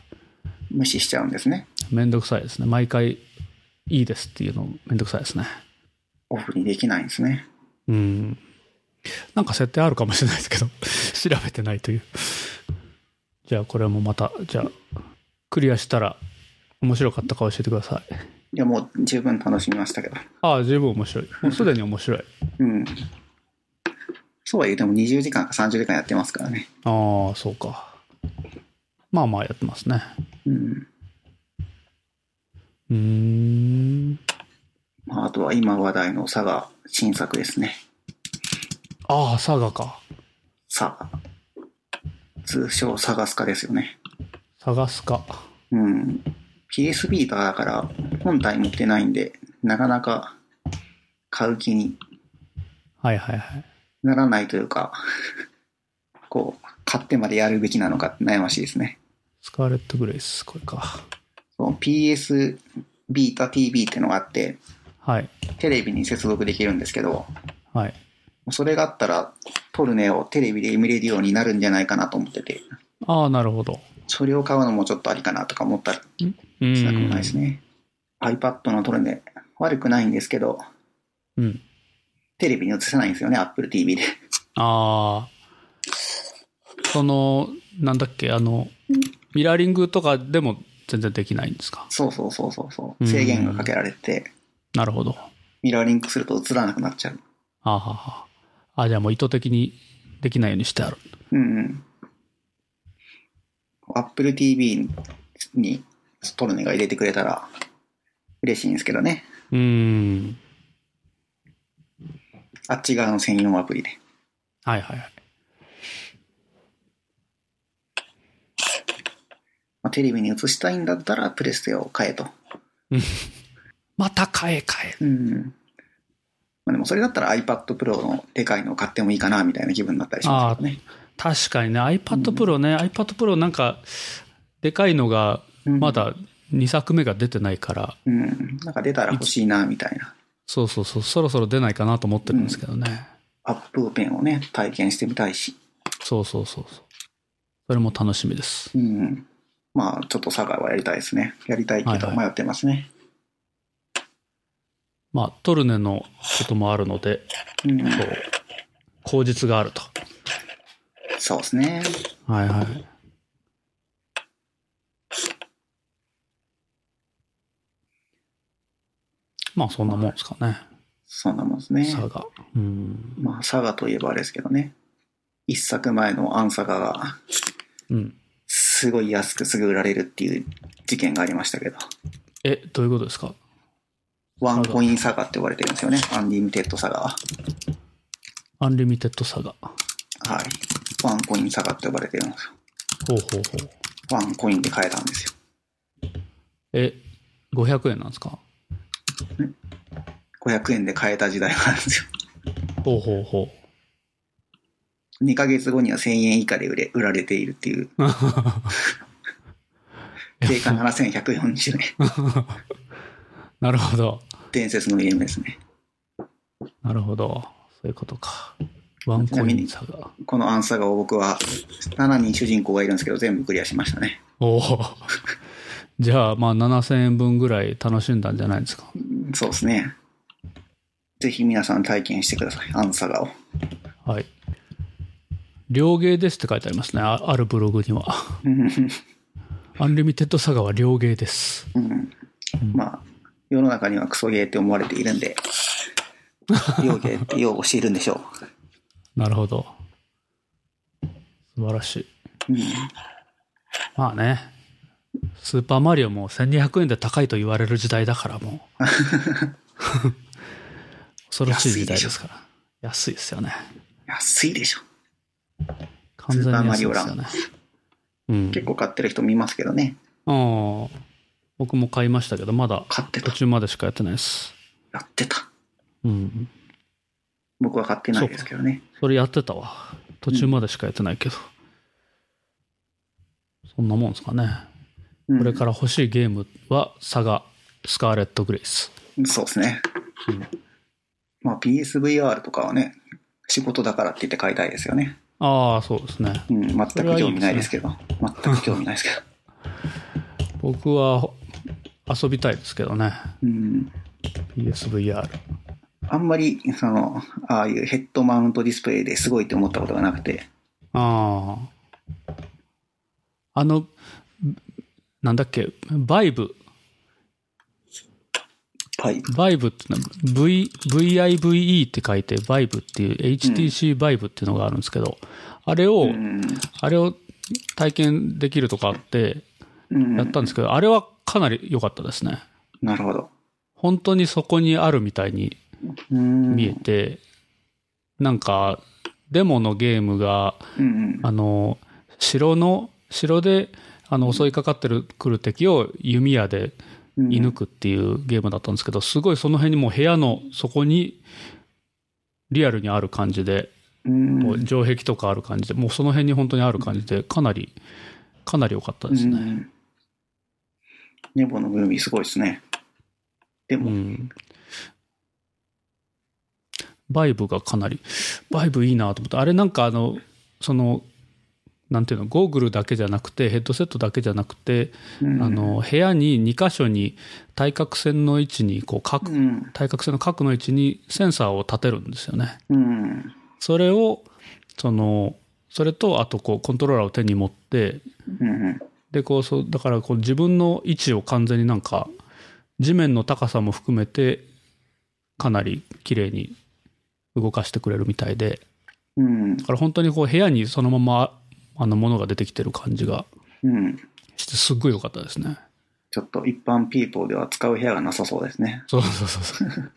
[SPEAKER 2] 無視しちゃうんですね。
[SPEAKER 1] めんどくさいですね毎回いいですっていうのめんどくさいですね
[SPEAKER 2] オフにできないんですね。
[SPEAKER 1] うんなんか設定あるかもしれないですけど 調べてないというじゃあこれもまたじゃあクリアしたら面白かったか教えてください
[SPEAKER 2] いや、もう十分楽しみましたけど。
[SPEAKER 1] ああ十分面白いもうすでに面白い
[SPEAKER 2] うん。そうは言うても20時間か30時間やってますからね。
[SPEAKER 1] ああそうかまあまあやってますね
[SPEAKER 2] うん。
[SPEAKER 1] うーん
[SPEAKER 2] まあ、あとは今話題の佐賀新作ですね。
[SPEAKER 1] ああ佐賀か
[SPEAKER 2] 佐賀。通称サガスカですよね。
[SPEAKER 1] 探すか
[SPEAKER 2] うん。PS ビーターだから本体持ってないんで、なかなか買う気に
[SPEAKER 1] はいはいはい
[SPEAKER 2] ならないというか、 こう、買ってまでやるべきなのか悩ましいですね。
[SPEAKER 1] スカーレット・グレイスこれか
[SPEAKER 2] そう PS ビータ TV ってのがあって、
[SPEAKER 1] はい
[SPEAKER 2] テレビに接続できるんですけど、
[SPEAKER 1] はい
[SPEAKER 2] それがあったら、トルネをテレビで見れるようになるんじゃないかなと思ってて、
[SPEAKER 1] ああなるほど
[SPEAKER 2] それを買うのもちょっとありかなとか思ったり
[SPEAKER 1] う
[SPEAKER 2] しなくもないで
[SPEAKER 1] ん
[SPEAKER 2] すね。iPad のトルネ、悪くないんですけど、
[SPEAKER 1] うん
[SPEAKER 2] テレビに映せないんですよね、Apple TV で。
[SPEAKER 1] ああそのなんだっけあのミラーリングとかでも全然できないんですか
[SPEAKER 2] そうそうそうそうそうう。
[SPEAKER 1] ん
[SPEAKER 2] 制限がかけられて、
[SPEAKER 1] なるほど
[SPEAKER 2] ミラーリンクすると映らなくなっちゃう。
[SPEAKER 1] あーはーはーあじゃあもう意図的にできないようにしてある
[SPEAKER 2] うんうん。Apple TV にトルネが入れてくれたら嬉しいんですけどね。
[SPEAKER 1] うーん
[SPEAKER 2] あっち側の専用アプリで。
[SPEAKER 1] はいはいはい
[SPEAKER 2] まあ、テレビに映したいんだったらプレステを買えと。
[SPEAKER 1] また買え買え
[SPEAKER 2] うんうん。まあ、でもそれだったら iPad Pro のでかいのを買ってもいいかなみたいな気分になったりしますけどね。
[SPEAKER 1] 確かにね iPad Pro ね、iPad Pro なんかでかいのが
[SPEAKER 2] うん
[SPEAKER 1] ま。だ2作目が出てないから、
[SPEAKER 2] うん。なんか出たら欲しいなみたいな。
[SPEAKER 1] そうそうそう、そろそろ出ないかなと思ってるんですけどね。
[SPEAKER 2] アップペンをね、体験してみたいし。
[SPEAKER 1] そうそうそうそう。それも楽しみです。
[SPEAKER 2] うん。まあ、ちょっと佐賀はやりたいですね。やりたいけ
[SPEAKER 1] はい
[SPEAKER 2] ど
[SPEAKER 1] はい
[SPEAKER 2] 迷ってますね。
[SPEAKER 1] まあ、トルネのこともあるので、
[SPEAKER 2] うん。
[SPEAKER 1] そう、口実があると。
[SPEAKER 2] そうですね。
[SPEAKER 1] はいはい。まあ、そんなもんですかね。
[SPEAKER 2] そんなもんですね。
[SPEAKER 1] 佐賀。うん。
[SPEAKER 2] まあ、佐賀といえばあれですけどね。一作前のアンサガが、
[SPEAKER 1] うん。
[SPEAKER 2] すごい安くすぐ売られるっていう事件がありましたけど。
[SPEAKER 1] え、どういうことですか
[SPEAKER 2] ワンコインサガって呼ばれてるんですよね。アンリミテッドサガは。
[SPEAKER 1] アンリミテッド佐賀。
[SPEAKER 2] はい。ワンコインサガって呼ばれてるんですよ。
[SPEAKER 1] ほうほうほう。
[SPEAKER 2] ワンコインで買えたんですよ。
[SPEAKER 1] え、500円なんですか
[SPEAKER 2] 500円で買えた時代があるんですよ。
[SPEAKER 1] ほうほうほう。
[SPEAKER 2] 2ヶ月後には1000円以下で売れ売られているっていう。定価7140円。
[SPEAKER 1] なるほど。
[SPEAKER 2] 伝説のゲームですね。
[SPEAKER 1] なるほど。そういうことか。ワン
[SPEAKER 2] ち
[SPEAKER 1] コ
[SPEAKER 2] な
[SPEAKER 1] イ
[SPEAKER 2] み
[SPEAKER 1] ン
[SPEAKER 2] に
[SPEAKER 1] 差が。
[SPEAKER 2] このアンサガを僕は7人主人公がいるんですけど全部クリアしましたね。
[SPEAKER 1] おお。 じゃあ、まあ、7000円分ぐらい楽しんだんじゃないですか。
[SPEAKER 2] そうですね。ぜひ皆さん体験してください。アンサガを。
[SPEAKER 1] はい。両芸ですって書いてありますね。ああるブログには。アンリミテッド佐賀は両芸です。
[SPEAKER 2] うん。まあ、世の中にはクソゲーって思われているん で、用ゲーって擁護しているんでしょ
[SPEAKER 1] なるほど。素晴らしい。
[SPEAKER 2] う。うん。
[SPEAKER 1] まあね。スーパーマリオも1200円で高いと言われる時代だからもう。恐ろしい時代ですから。安いですよね。
[SPEAKER 2] 安いでしょ。
[SPEAKER 1] 完全に安いですよね。うん。
[SPEAKER 2] 結構買ってる人見ますけどね。
[SPEAKER 1] ああ。僕も買いましたけど、まだ
[SPEAKER 2] 買って
[SPEAKER 1] 途
[SPEAKER 2] た。
[SPEAKER 1] 中までしかやってないです。
[SPEAKER 2] やってた。
[SPEAKER 1] うん。
[SPEAKER 2] 僕は買ってないですけどね。
[SPEAKER 1] それやってたわ。途中までしかやってないけど。そんなもんですかね。
[SPEAKER 2] うん
[SPEAKER 1] これから欲しいゲームは、サガ、スカーレット・グレイス。
[SPEAKER 2] そうですね。
[SPEAKER 1] うん
[SPEAKER 2] まあ PSVR とかはね、仕事だからって言って買いたいですよね。
[SPEAKER 1] ああ、そうですね。
[SPEAKER 2] うん、全く興味ないですけど。全く興味ないですけど。
[SPEAKER 1] 僕はほ遊びたいですけどね。
[SPEAKER 2] うん、
[SPEAKER 1] PSVR。
[SPEAKER 2] あんまり、その、ああいうヘッドマウントディスプレイですごいって思ったことがなくて、
[SPEAKER 1] ああ。あの、んなんだっけ、バイブ。
[SPEAKER 2] はい。
[SPEAKER 1] バイブってのは V、VIVE って書いて、バイブっていう、HTC バイブっていうのがあるんですけど、あれを、
[SPEAKER 2] うん。
[SPEAKER 1] あれを体験できるとかあって、
[SPEAKER 2] うん
[SPEAKER 1] やったんですけど、あれはかなり良かったですね。
[SPEAKER 2] なるほど。
[SPEAKER 1] 本当にそこにあるみたいに
[SPEAKER 2] うん。
[SPEAKER 1] 見えて、なんか、デモのゲームが、
[SPEAKER 2] うん
[SPEAKER 1] あの、城の、城で、あの、襲いかかってる、くる敵を弓矢で
[SPEAKER 2] うん。
[SPEAKER 1] 射抜くっていうゲームだったんですけど、すごいその辺にもう部屋の底に、リアルにある感じで、
[SPEAKER 2] うん。
[SPEAKER 1] もう城壁とかある感じで、もうその辺に本当にある感じで、かなり、かなり良かったです
[SPEAKER 2] う
[SPEAKER 1] ね。
[SPEAKER 2] んネボのムービーすごいですね。で
[SPEAKER 1] う
[SPEAKER 2] も、
[SPEAKER 1] ん。バイブがかなり、バイブいいなと思って、あれなんかあの、その、なんていうの、ゴーグルだけじゃなくて、ヘッドセットだけじゃなくて、
[SPEAKER 2] うん
[SPEAKER 1] あ、の部屋に2箇所に対角線の位置にこう
[SPEAKER 2] う
[SPEAKER 1] 角、
[SPEAKER 2] ん。
[SPEAKER 1] 対角線の角の位置にセンサーを立てるんですよね。
[SPEAKER 2] うん。
[SPEAKER 1] それをそのそれとあとこうコントローラーを手に持って
[SPEAKER 2] うん。
[SPEAKER 1] でこうそうだからこう自分の位置を完全になんか地面の高さも含めてかなり綺麗に動かしてくれるみたいで
[SPEAKER 2] うん。
[SPEAKER 1] だから本当にこう部屋にそのままあのものが出てきてる感じが
[SPEAKER 2] うん。
[SPEAKER 1] してすっごい良かったですね。
[SPEAKER 2] ちょっと一般ピーポーでは使う部屋がなさそうですね。
[SPEAKER 1] そうそうそうそう。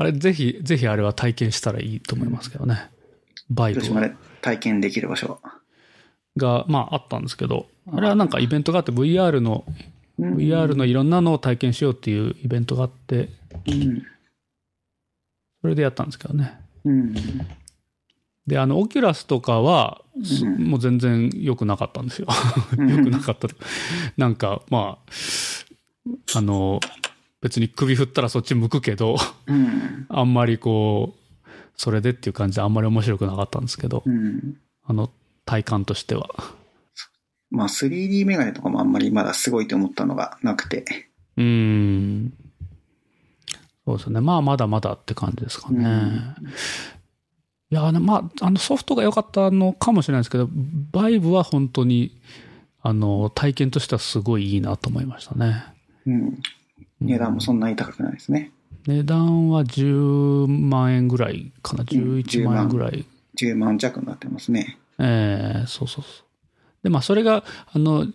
[SPEAKER 1] あれ、ぜひ、ぜひあれは体験したらいいと思いますけどね。バイブ
[SPEAKER 2] 広島で体験できる場所は。
[SPEAKER 1] が、まあ、あったんですけど、あれはなんかイベントがあって、VR の、
[SPEAKER 2] うん
[SPEAKER 1] VR のいろんなのを体験しようっていうイベントがあって、
[SPEAKER 2] うん。
[SPEAKER 1] それでやったんですけどね。
[SPEAKER 2] うん。
[SPEAKER 1] で、あの、オキュラスとかは、す
[SPEAKER 2] うん
[SPEAKER 1] もう全然良くなかったんですよ。
[SPEAKER 2] うん
[SPEAKER 1] 良くなかったと。なんか、まあ、あの、別に首振ったらそっち向くけど、
[SPEAKER 2] うん。
[SPEAKER 1] あんまりこう、それでっていう感じであんまり面白くなかったんですけど、
[SPEAKER 2] うん。
[SPEAKER 1] あの、体感としては。
[SPEAKER 2] まあ 3D メガネとかもあんまりまだすごいと思ったのがなくて。
[SPEAKER 1] うーん。そうですね。まあ、まだまだって感じですかね。
[SPEAKER 2] うん
[SPEAKER 1] いや、あの、まあ、あの、ソフトが良かったのかもしれないですけど、バイブは本当に、あの、体験としてはすごいいいなと思いましたね。
[SPEAKER 2] うん。値段もそんなに高くないですね。
[SPEAKER 1] 値段は10万円ぐらいかな。11万円ぐらい。
[SPEAKER 2] 10万弱になってますね。
[SPEAKER 1] ええそうそうそう。で、まあ、それが、あの、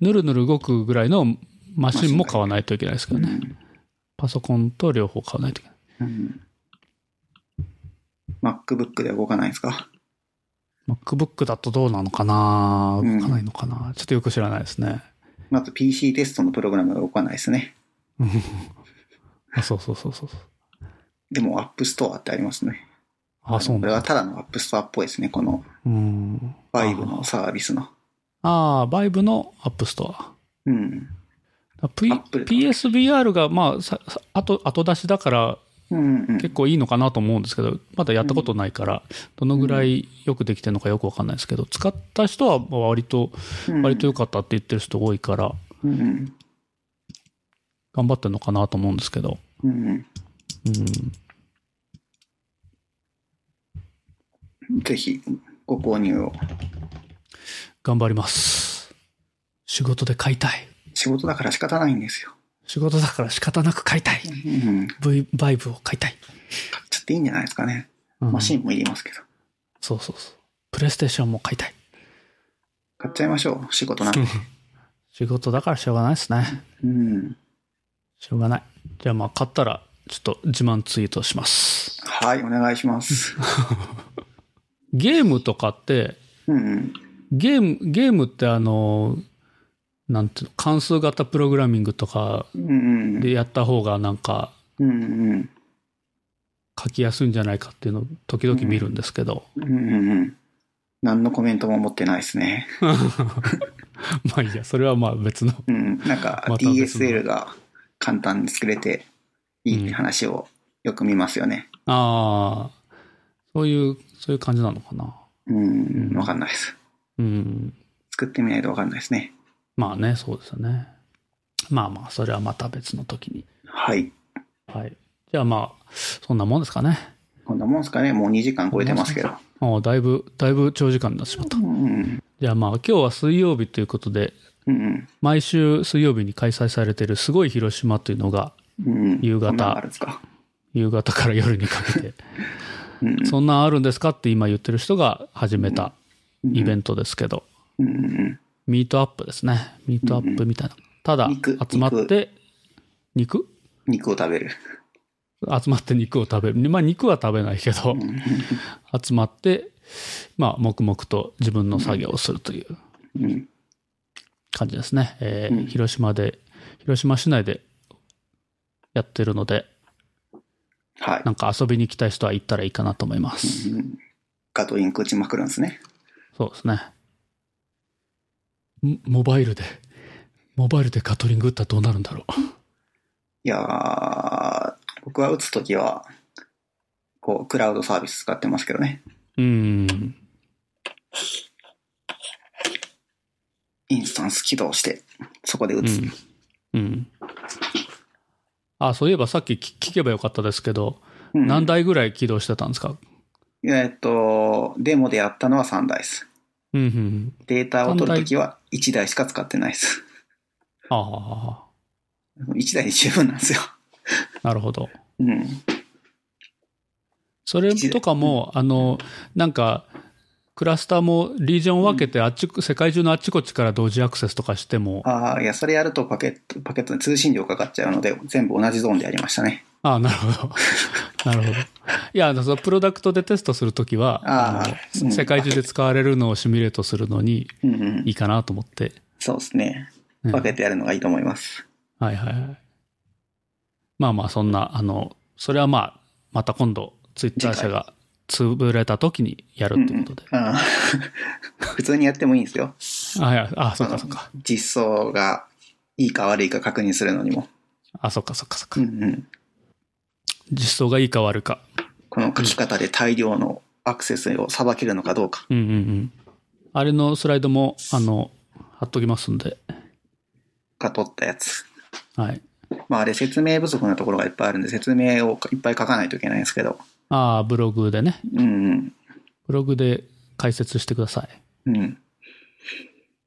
[SPEAKER 1] ぬるぬる動くぐらいのマシンも買わないといけないですけどね。パソコンと両方買わないといけない。
[SPEAKER 2] うん。MacBook では動かないですか
[SPEAKER 1] MacBook だとどうなのかな
[SPEAKER 2] うん
[SPEAKER 1] 動かないのかな、ちょっとよく知らないです ね。
[SPEAKER 2] まず PC テストのプログラムが動かないですね。
[SPEAKER 1] あそうそうそうそう。
[SPEAKER 2] でも App Store ってありますね。
[SPEAKER 1] あ、そう
[SPEAKER 2] こ
[SPEAKER 1] な
[SPEAKER 2] れ
[SPEAKER 1] んだ。
[SPEAKER 2] はただの App Store っぽいですね。この
[SPEAKER 1] うん。
[SPEAKER 2] 5のサービスの。
[SPEAKER 1] ああ、Vive の App Store。
[SPEAKER 2] うん。
[SPEAKER 1] P-
[SPEAKER 2] Apple
[SPEAKER 1] PSVR が、まあ、ささ後後出しだから
[SPEAKER 2] うんうん。
[SPEAKER 1] 結構いいのかなと思うんですけど、まだやったことないから、どのぐらいよくできてるのかよくわかんないですけど、使った人はまあ割と、
[SPEAKER 2] うん
[SPEAKER 1] 割と良かったって言ってる人多いから、
[SPEAKER 2] うん
[SPEAKER 1] 頑張ってるのかなと思うんですけど。
[SPEAKER 2] うん。うん
[SPEAKER 1] うん。
[SPEAKER 2] うん。ぜひ、ご購入を。
[SPEAKER 1] 頑張ります。仕事で買いたい。
[SPEAKER 2] 仕事だから仕方ないんですよ。
[SPEAKER 1] 仕事だから仕方なく買いたい。
[SPEAKER 2] うん。
[SPEAKER 1] V、バイブを買いたい。
[SPEAKER 2] 買っちゃっていいんじゃないですかね。マシ
[SPEAKER 1] ン
[SPEAKER 2] ンもいりますけど。
[SPEAKER 1] そうそうそう。プレイステーションも買いたい。
[SPEAKER 2] 買っちゃいましょう。仕事なんて。
[SPEAKER 1] 仕事だからしょうがないですね。
[SPEAKER 2] うん。
[SPEAKER 1] しょうがない。じゃあまあ買ったら、ちょっと自慢ツイートします。
[SPEAKER 2] はい、お願いします。
[SPEAKER 1] ゲームとかって、
[SPEAKER 2] うんうん。
[SPEAKER 1] ゲーム、ゲームってあの、なんていうの、関数型プログラミングとか
[SPEAKER 2] うんうん。
[SPEAKER 1] でやった方がなんか
[SPEAKER 2] うんうん。
[SPEAKER 1] 書きやすいんじゃないかっていうのを時々見るんですけ ど、
[SPEAKER 2] うんうんうん。何のコメントも持ってないですね。
[SPEAKER 1] まあいいや、それはまあ別の。
[SPEAKER 2] うん。なんか
[SPEAKER 1] また別の
[SPEAKER 2] DSL が簡単に作れていいって話をよく見ますよね。
[SPEAKER 1] ああ、そういう、そういう感じなのかな。
[SPEAKER 2] うん、わかんないです。
[SPEAKER 1] うん。
[SPEAKER 2] 作ってみないとわかんないですね。
[SPEAKER 1] まあね、そうですよね。まあまあ、それはまた別の時に。
[SPEAKER 2] はい。
[SPEAKER 1] はい。じゃあまあ、そんなもんですかね。
[SPEAKER 2] こんなもんですかね。もう2時間超えてますけど。
[SPEAKER 1] もうだいぶ、だいぶ長時間になってしまった
[SPEAKER 2] う。ん。
[SPEAKER 1] じゃあまあ、今日は水曜日ということで、
[SPEAKER 2] うん。
[SPEAKER 1] 毎週水曜日に開催されているすごい広島というのが、
[SPEAKER 2] うん。
[SPEAKER 1] 夕方
[SPEAKER 2] こんなのあるんですか。
[SPEAKER 1] 夕方から夜にかけて、
[SPEAKER 2] うん。
[SPEAKER 1] そんなんあるんですかって今言ってる人が始めたイベ
[SPEAKER 2] ン
[SPEAKER 1] ントですけど、
[SPEAKER 2] ト。うんうん
[SPEAKER 1] ミートアップですね。ミートアップみたいな。ただ
[SPEAKER 2] 肉、
[SPEAKER 1] 集まって、肉
[SPEAKER 2] 肉を食べる。
[SPEAKER 1] 集まって肉を食べる。まあ肉は食べないけど、
[SPEAKER 2] うん
[SPEAKER 1] 集まって、まあ黙々と自分の作業をするという
[SPEAKER 2] うん。
[SPEAKER 1] 感じですね。えー
[SPEAKER 2] うん
[SPEAKER 1] 広島で、広島市内でやってるので、
[SPEAKER 2] はい
[SPEAKER 1] なんか遊びに来たい人は行ったらいいかなと思います。。
[SPEAKER 2] うんガトリンク打ちまくるんですね。
[SPEAKER 1] そうですね。んモバイルで、モバイルでカトリング打ったらどうなるんだろう。
[SPEAKER 2] いやー、僕は打つときは、こう、クラウドサービス使ってますけどね。
[SPEAKER 1] うーん。
[SPEAKER 2] インスタンス起動して、そこで打つ。
[SPEAKER 1] うん。うん。あ、そういえばさっき聞聞けばよかったですけど、
[SPEAKER 2] うん
[SPEAKER 1] 何台ぐらい起動してたんですか
[SPEAKER 2] えっと、デモでやったのは3台です。
[SPEAKER 1] うんうんうん。
[SPEAKER 2] データを取るときは1台しか使ってないです。
[SPEAKER 1] あ
[SPEAKER 2] 1台で十分なんですよ。
[SPEAKER 1] あ、なるほど。
[SPEAKER 2] うん。
[SPEAKER 1] それとかも、あの、なんか、クラスターもリージョン分けて、あっち、世界中のあっちこっちから同時アクセスとかしても、
[SPEAKER 2] ああ、いや、それやるとパケット、パケットに通信料かかっちゃうので、全部同じゾーンでやりましたね。
[SPEAKER 1] ああ、なるほど。 なるほど。いや、あのそのプロダクトでテストするときは、
[SPEAKER 2] ああ
[SPEAKER 1] あの
[SPEAKER 2] うん
[SPEAKER 1] 世界中で使われるのをシミュレートするのに
[SPEAKER 2] うんうん
[SPEAKER 1] い。いかなと思って。
[SPEAKER 2] そうですね。
[SPEAKER 1] うん
[SPEAKER 2] 分けてやるのがいいと思います。
[SPEAKER 1] はいはいはい。まあまあ、そんな、あの、それはまあ、また今度、ツイッター社が潰れた時にやるっていうことで。
[SPEAKER 2] うんうんあー 普通にやってもいいんですよ。
[SPEAKER 1] あ、いや、あ、そうかそうか。
[SPEAKER 2] 実装がいいか悪いか確認するのにも。
[SPEAKER 1] あ、そうかそうかそう
[SPEAKER 2] う
[SPEAKER 1] か。
[SPEAKER 2] んうん。
[SPEAKER 1] 実装がいいか悪いか。
[SPEAKER 2] この書き方で大量のアクセスをさばけるのかどうか。
[SPEAKER 1] うんうんうん。あれのスライドも、あの、貼っときますんで。
[SPEAKER 2] が取ったやつ。
[SPEAKER 1] はい。
[SPEAKER 2] まあ、あれ説明不足なところがいっぱいあるんで、説明をいっぱい書かないといけないんですけど。
[SPEAKER 1] ああ、ブログでね。
[SPEAKER 2] うん
[SPEAKER 1] ブログで解説してください。
[SPEAKER 2] うん。うん。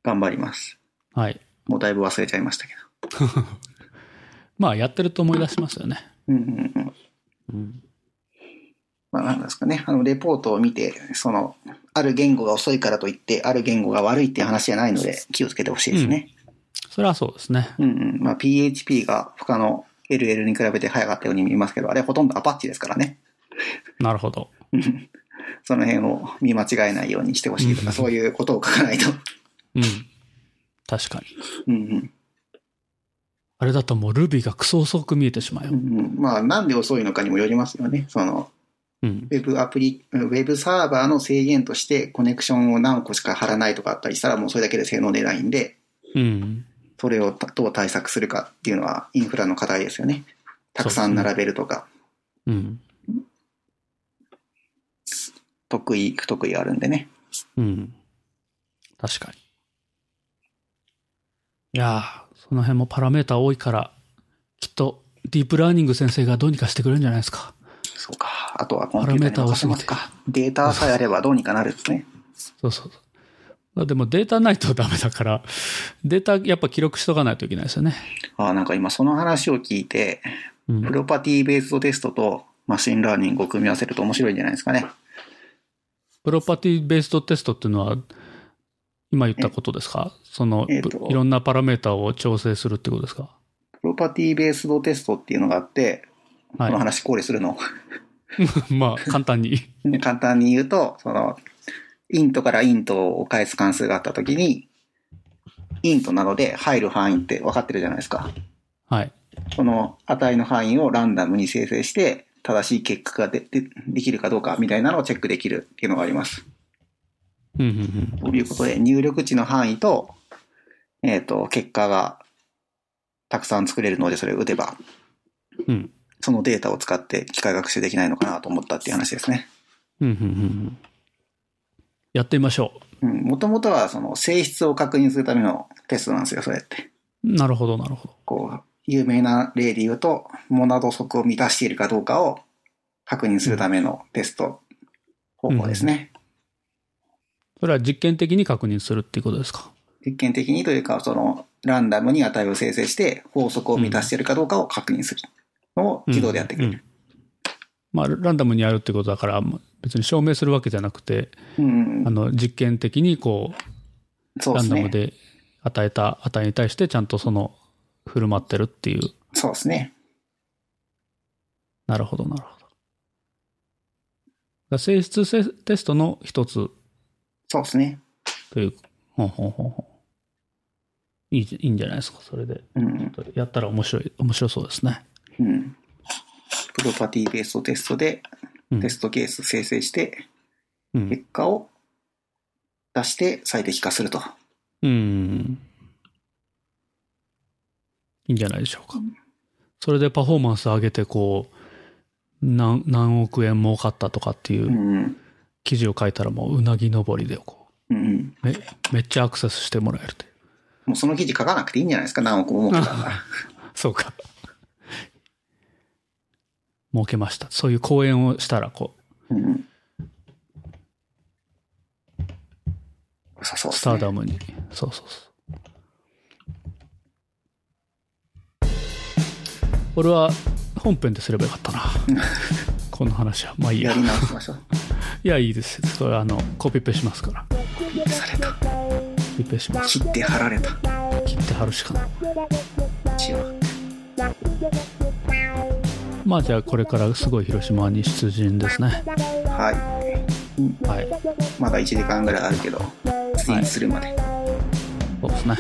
[SPEAKER 2] 頑張ります。
[SPEAKER 1] はい。
[SPEAKER 2] もうだいぶ忘れちゃいましたけど。
[SPEAKER 1] まあ、やってると思い出しますよね。
[SPEAKER 2] うんうんうん。
[SPEAKER 1] うん。
[SPEAKER 2] まあ、なんですかね、あの、レポートを見て、その、ある言語が遅いからといって、ある言語が悪いっていう話じゃないので、気をつけてほしいですね。
[SPEAKER 1] それはそうですね。
[SPEAKER 2] うん、うん、まあ、PHP が他の LL に比べて早かったように見えますけど、あれほとんどアパッチですからね。
[SPEAKER 1] なるほど。
[SPEAKER 2] うんその辺を見間違えないようにしてほしいと
[SPEAKER 1] うん
[SPEAKER 2] か、そういうことを書かないと。
[SPEAKER 1] うん。確かに。
[SPEAKER 2] うん
[SPEAKER 1] あれだともう Ruby がクソ遅く見えてしまう
[SPEAKER 2] う
[SPEAKER 1] よ
[SPEAKER 2] ん。うんうん、まあ、なんで遅いのかにもよりますよね。その、
[SPEAKER 1] うん
[SPEAKER 2] ウ。ェブアプリ、ウェブサーバーの制限として、コネクションを何個しか貼らないとかあったりしたら、もうそれだけで性能出ないんで、
[SPEAKER 1] うん。
[SPEAKER 2] それをどう対策するかっていうのはインフラの課題ですよね。たくさん並べるとか、
[SPEAKER 1] うん。
[SPEAKER 2] 得意、不得意があるんでね。
[SPEAKER 1] うん。確かに。いやー、その辺もパラメータ多いから、きっとディープラーニング先生がどうにかしてくれるんじゃないですか。
[SPEAKER 2] そうか。あとはコンピューターに任せます
[SPEAKER 1] パ
[SPEAKER 2] か。データさえあればどうにかなるですね。
[SPEAKER 1] そうそうそう。でもデータないとダメだから、 データやっぱ記録しとかないといけないですよね。
[SPEAKER 2] ああ、なんか今その話を聞いて、
[SPEAKER 1] うん
[SPEAKER 2] プロパティベースドテストとマシンラーニングを組み合わせると面白いんじゃないですかね。
[SPEAKER 1] プロパティベースドテストっていうのは、今言ったことですかその、
[SPEAKER 2] えっと
[SPEAKER 1] いろんなパラメータを調整するってことですか
[SPEAKER 2] プロパティベースドテストっていうのがあって、この
[SPEAKER 1] は
[SPEAKER 2] 話考慮するの。
[SPEAKER 1] い。まあ、簡単に。
[SPEAKER 2] 簡単に言うと、その、イントからイントを返す関数があったときに、イントなので入る範囲って分かってるじゃないですか。
[SPEAKER 1] はい。
[SPEAKER 2] この値の範囲をランダムに生成して、正しい結果がででできるかどうかみたいなのをチェックできるっていうのがあります。
[SPEAKER 1] うんうんうん。
[SPEAKER 2] ということで、入力値の範囲と、えっ、と、結果がたくさん作れるので、それを打てば、
[SPEAKER 1] うん
[SPEAKER 2] そのデータを使って機械学習できないのかなと思ったっていう話ですね。
[SPEAKER 1] うんうんうんうん。やってみましょ
[SPEAKER 2] うん、もともとはその性質を確認するためのテストなんですよ、それって。
[SPEAKER 1] う。なるほど、なるほど。
[SPEAKER 2] こう、有名な例で言うと、モナド則を満たしているかどうかを確認するためのテスト方法ですね。
[SPEAKER 1] それは実験的に確認するっていうことですか。
[SPEAKER 2] 実験的にというか、その、ランダムに値を生成して、法則を満たしているかどうかを確認するのを自動でやってくれる。
[SPEAKER 1] まあ、ランダムにやるってことだから、まあ別に証明するわけじゃなくて、
[SPEAKER 2] うん、うん
[SPEAKER 1] あの、実験的にこう、
[SPEAKER 2] そうで
[SPEAKER 1] ラ
[SPEAKER 2] す
[SPEAKER 1] ンダム
[SPEAKER 2] ね。
[SPEAKER 1] で与えた値に対してちゃんとその、振る舞ってるっていう。
[SPEAKER 2] そうですね。
[SPEAKER 1] なるほど、なるほどだから。性質せテストの一つ
[SPEAKER 2] そうですね。
[SPEAKER 1] という、ほんほんほんほん。いいじいいんじゃないですか、それで。
[SPEAKER 2] うん。
[SPEAKER 1] やったら面白い、面白そうですね。
[SPEAKER 2] うん。プロパティベーストテストで
[SPEAKER 1] うん
[SPEAKER 2] テストケース生成して、
[SPEAKER 1] うん。
[SPEAKER 2] 結果を出して最適化すると。。
[SPEAKER 1] うん。いいんじゃないでしょうか。それでパフォーマンス上げて、こう、何、何億円儲かったとかっていううん記事を書いたらもう、うなぎ登りで、こ
[SPEAKER 2] うんうん。
[SPEAKER 1] う、め、めっちゃアクセスしてもらえると いう。
[SPEAKER 2] もうその記事書かなくていいんじゃないですか、何億も儲けたんだから。
[SPEAKER 1] そうか。儲けました。そういう講演をしたら、こう、
[SPEAKER 2] うん。良さそうで
[SPEAKER 1] ス
[SPEAKER 2] す
[SPEAKER 1] タ
[SPEAKER 2] ね
[SPEAKER 1] ーダムに。そうそうそう。俺は本編ですればよかった な。この話は。まあいいや。
[SPEAKER 2] やり直しましょう。
[SPEAKER 1] いや、いいです。それはあの、コピペしますから。
[SPEAKER 2] された。
[SPEAKER 1] コピペします。
[SPEAKER 2] 切って貼られた。
[SPEAKER 1] 切って貼るしかない。
[SPEAKER 2] 血は。
[SPEAKER 1] まあじゃあこれからすごい広島に出陣ですね。
[SPEAKER 2] はい。うん
[SPEAKER 1] はい。
[SPEAKER 2] まだ1時間ぐらいあるけど、次にするまで。
[SPEAKER 1] そうですね。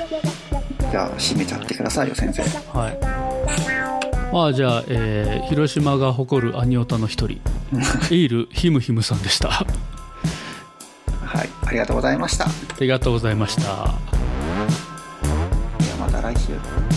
[SPEAKER 2] じゃあ、締めちゃってくださいよ、先生。
[SPEAKER 1] はい。まあじゃあ、えー広島が誇るアニオタの一 人、エイル・ヒムヒムさんでした。あ
[SPEAKER 2] はい。ありがとうございました。で
[SPEAKER 1] りがとうございました。
[SPEAKER 2] はまた来週。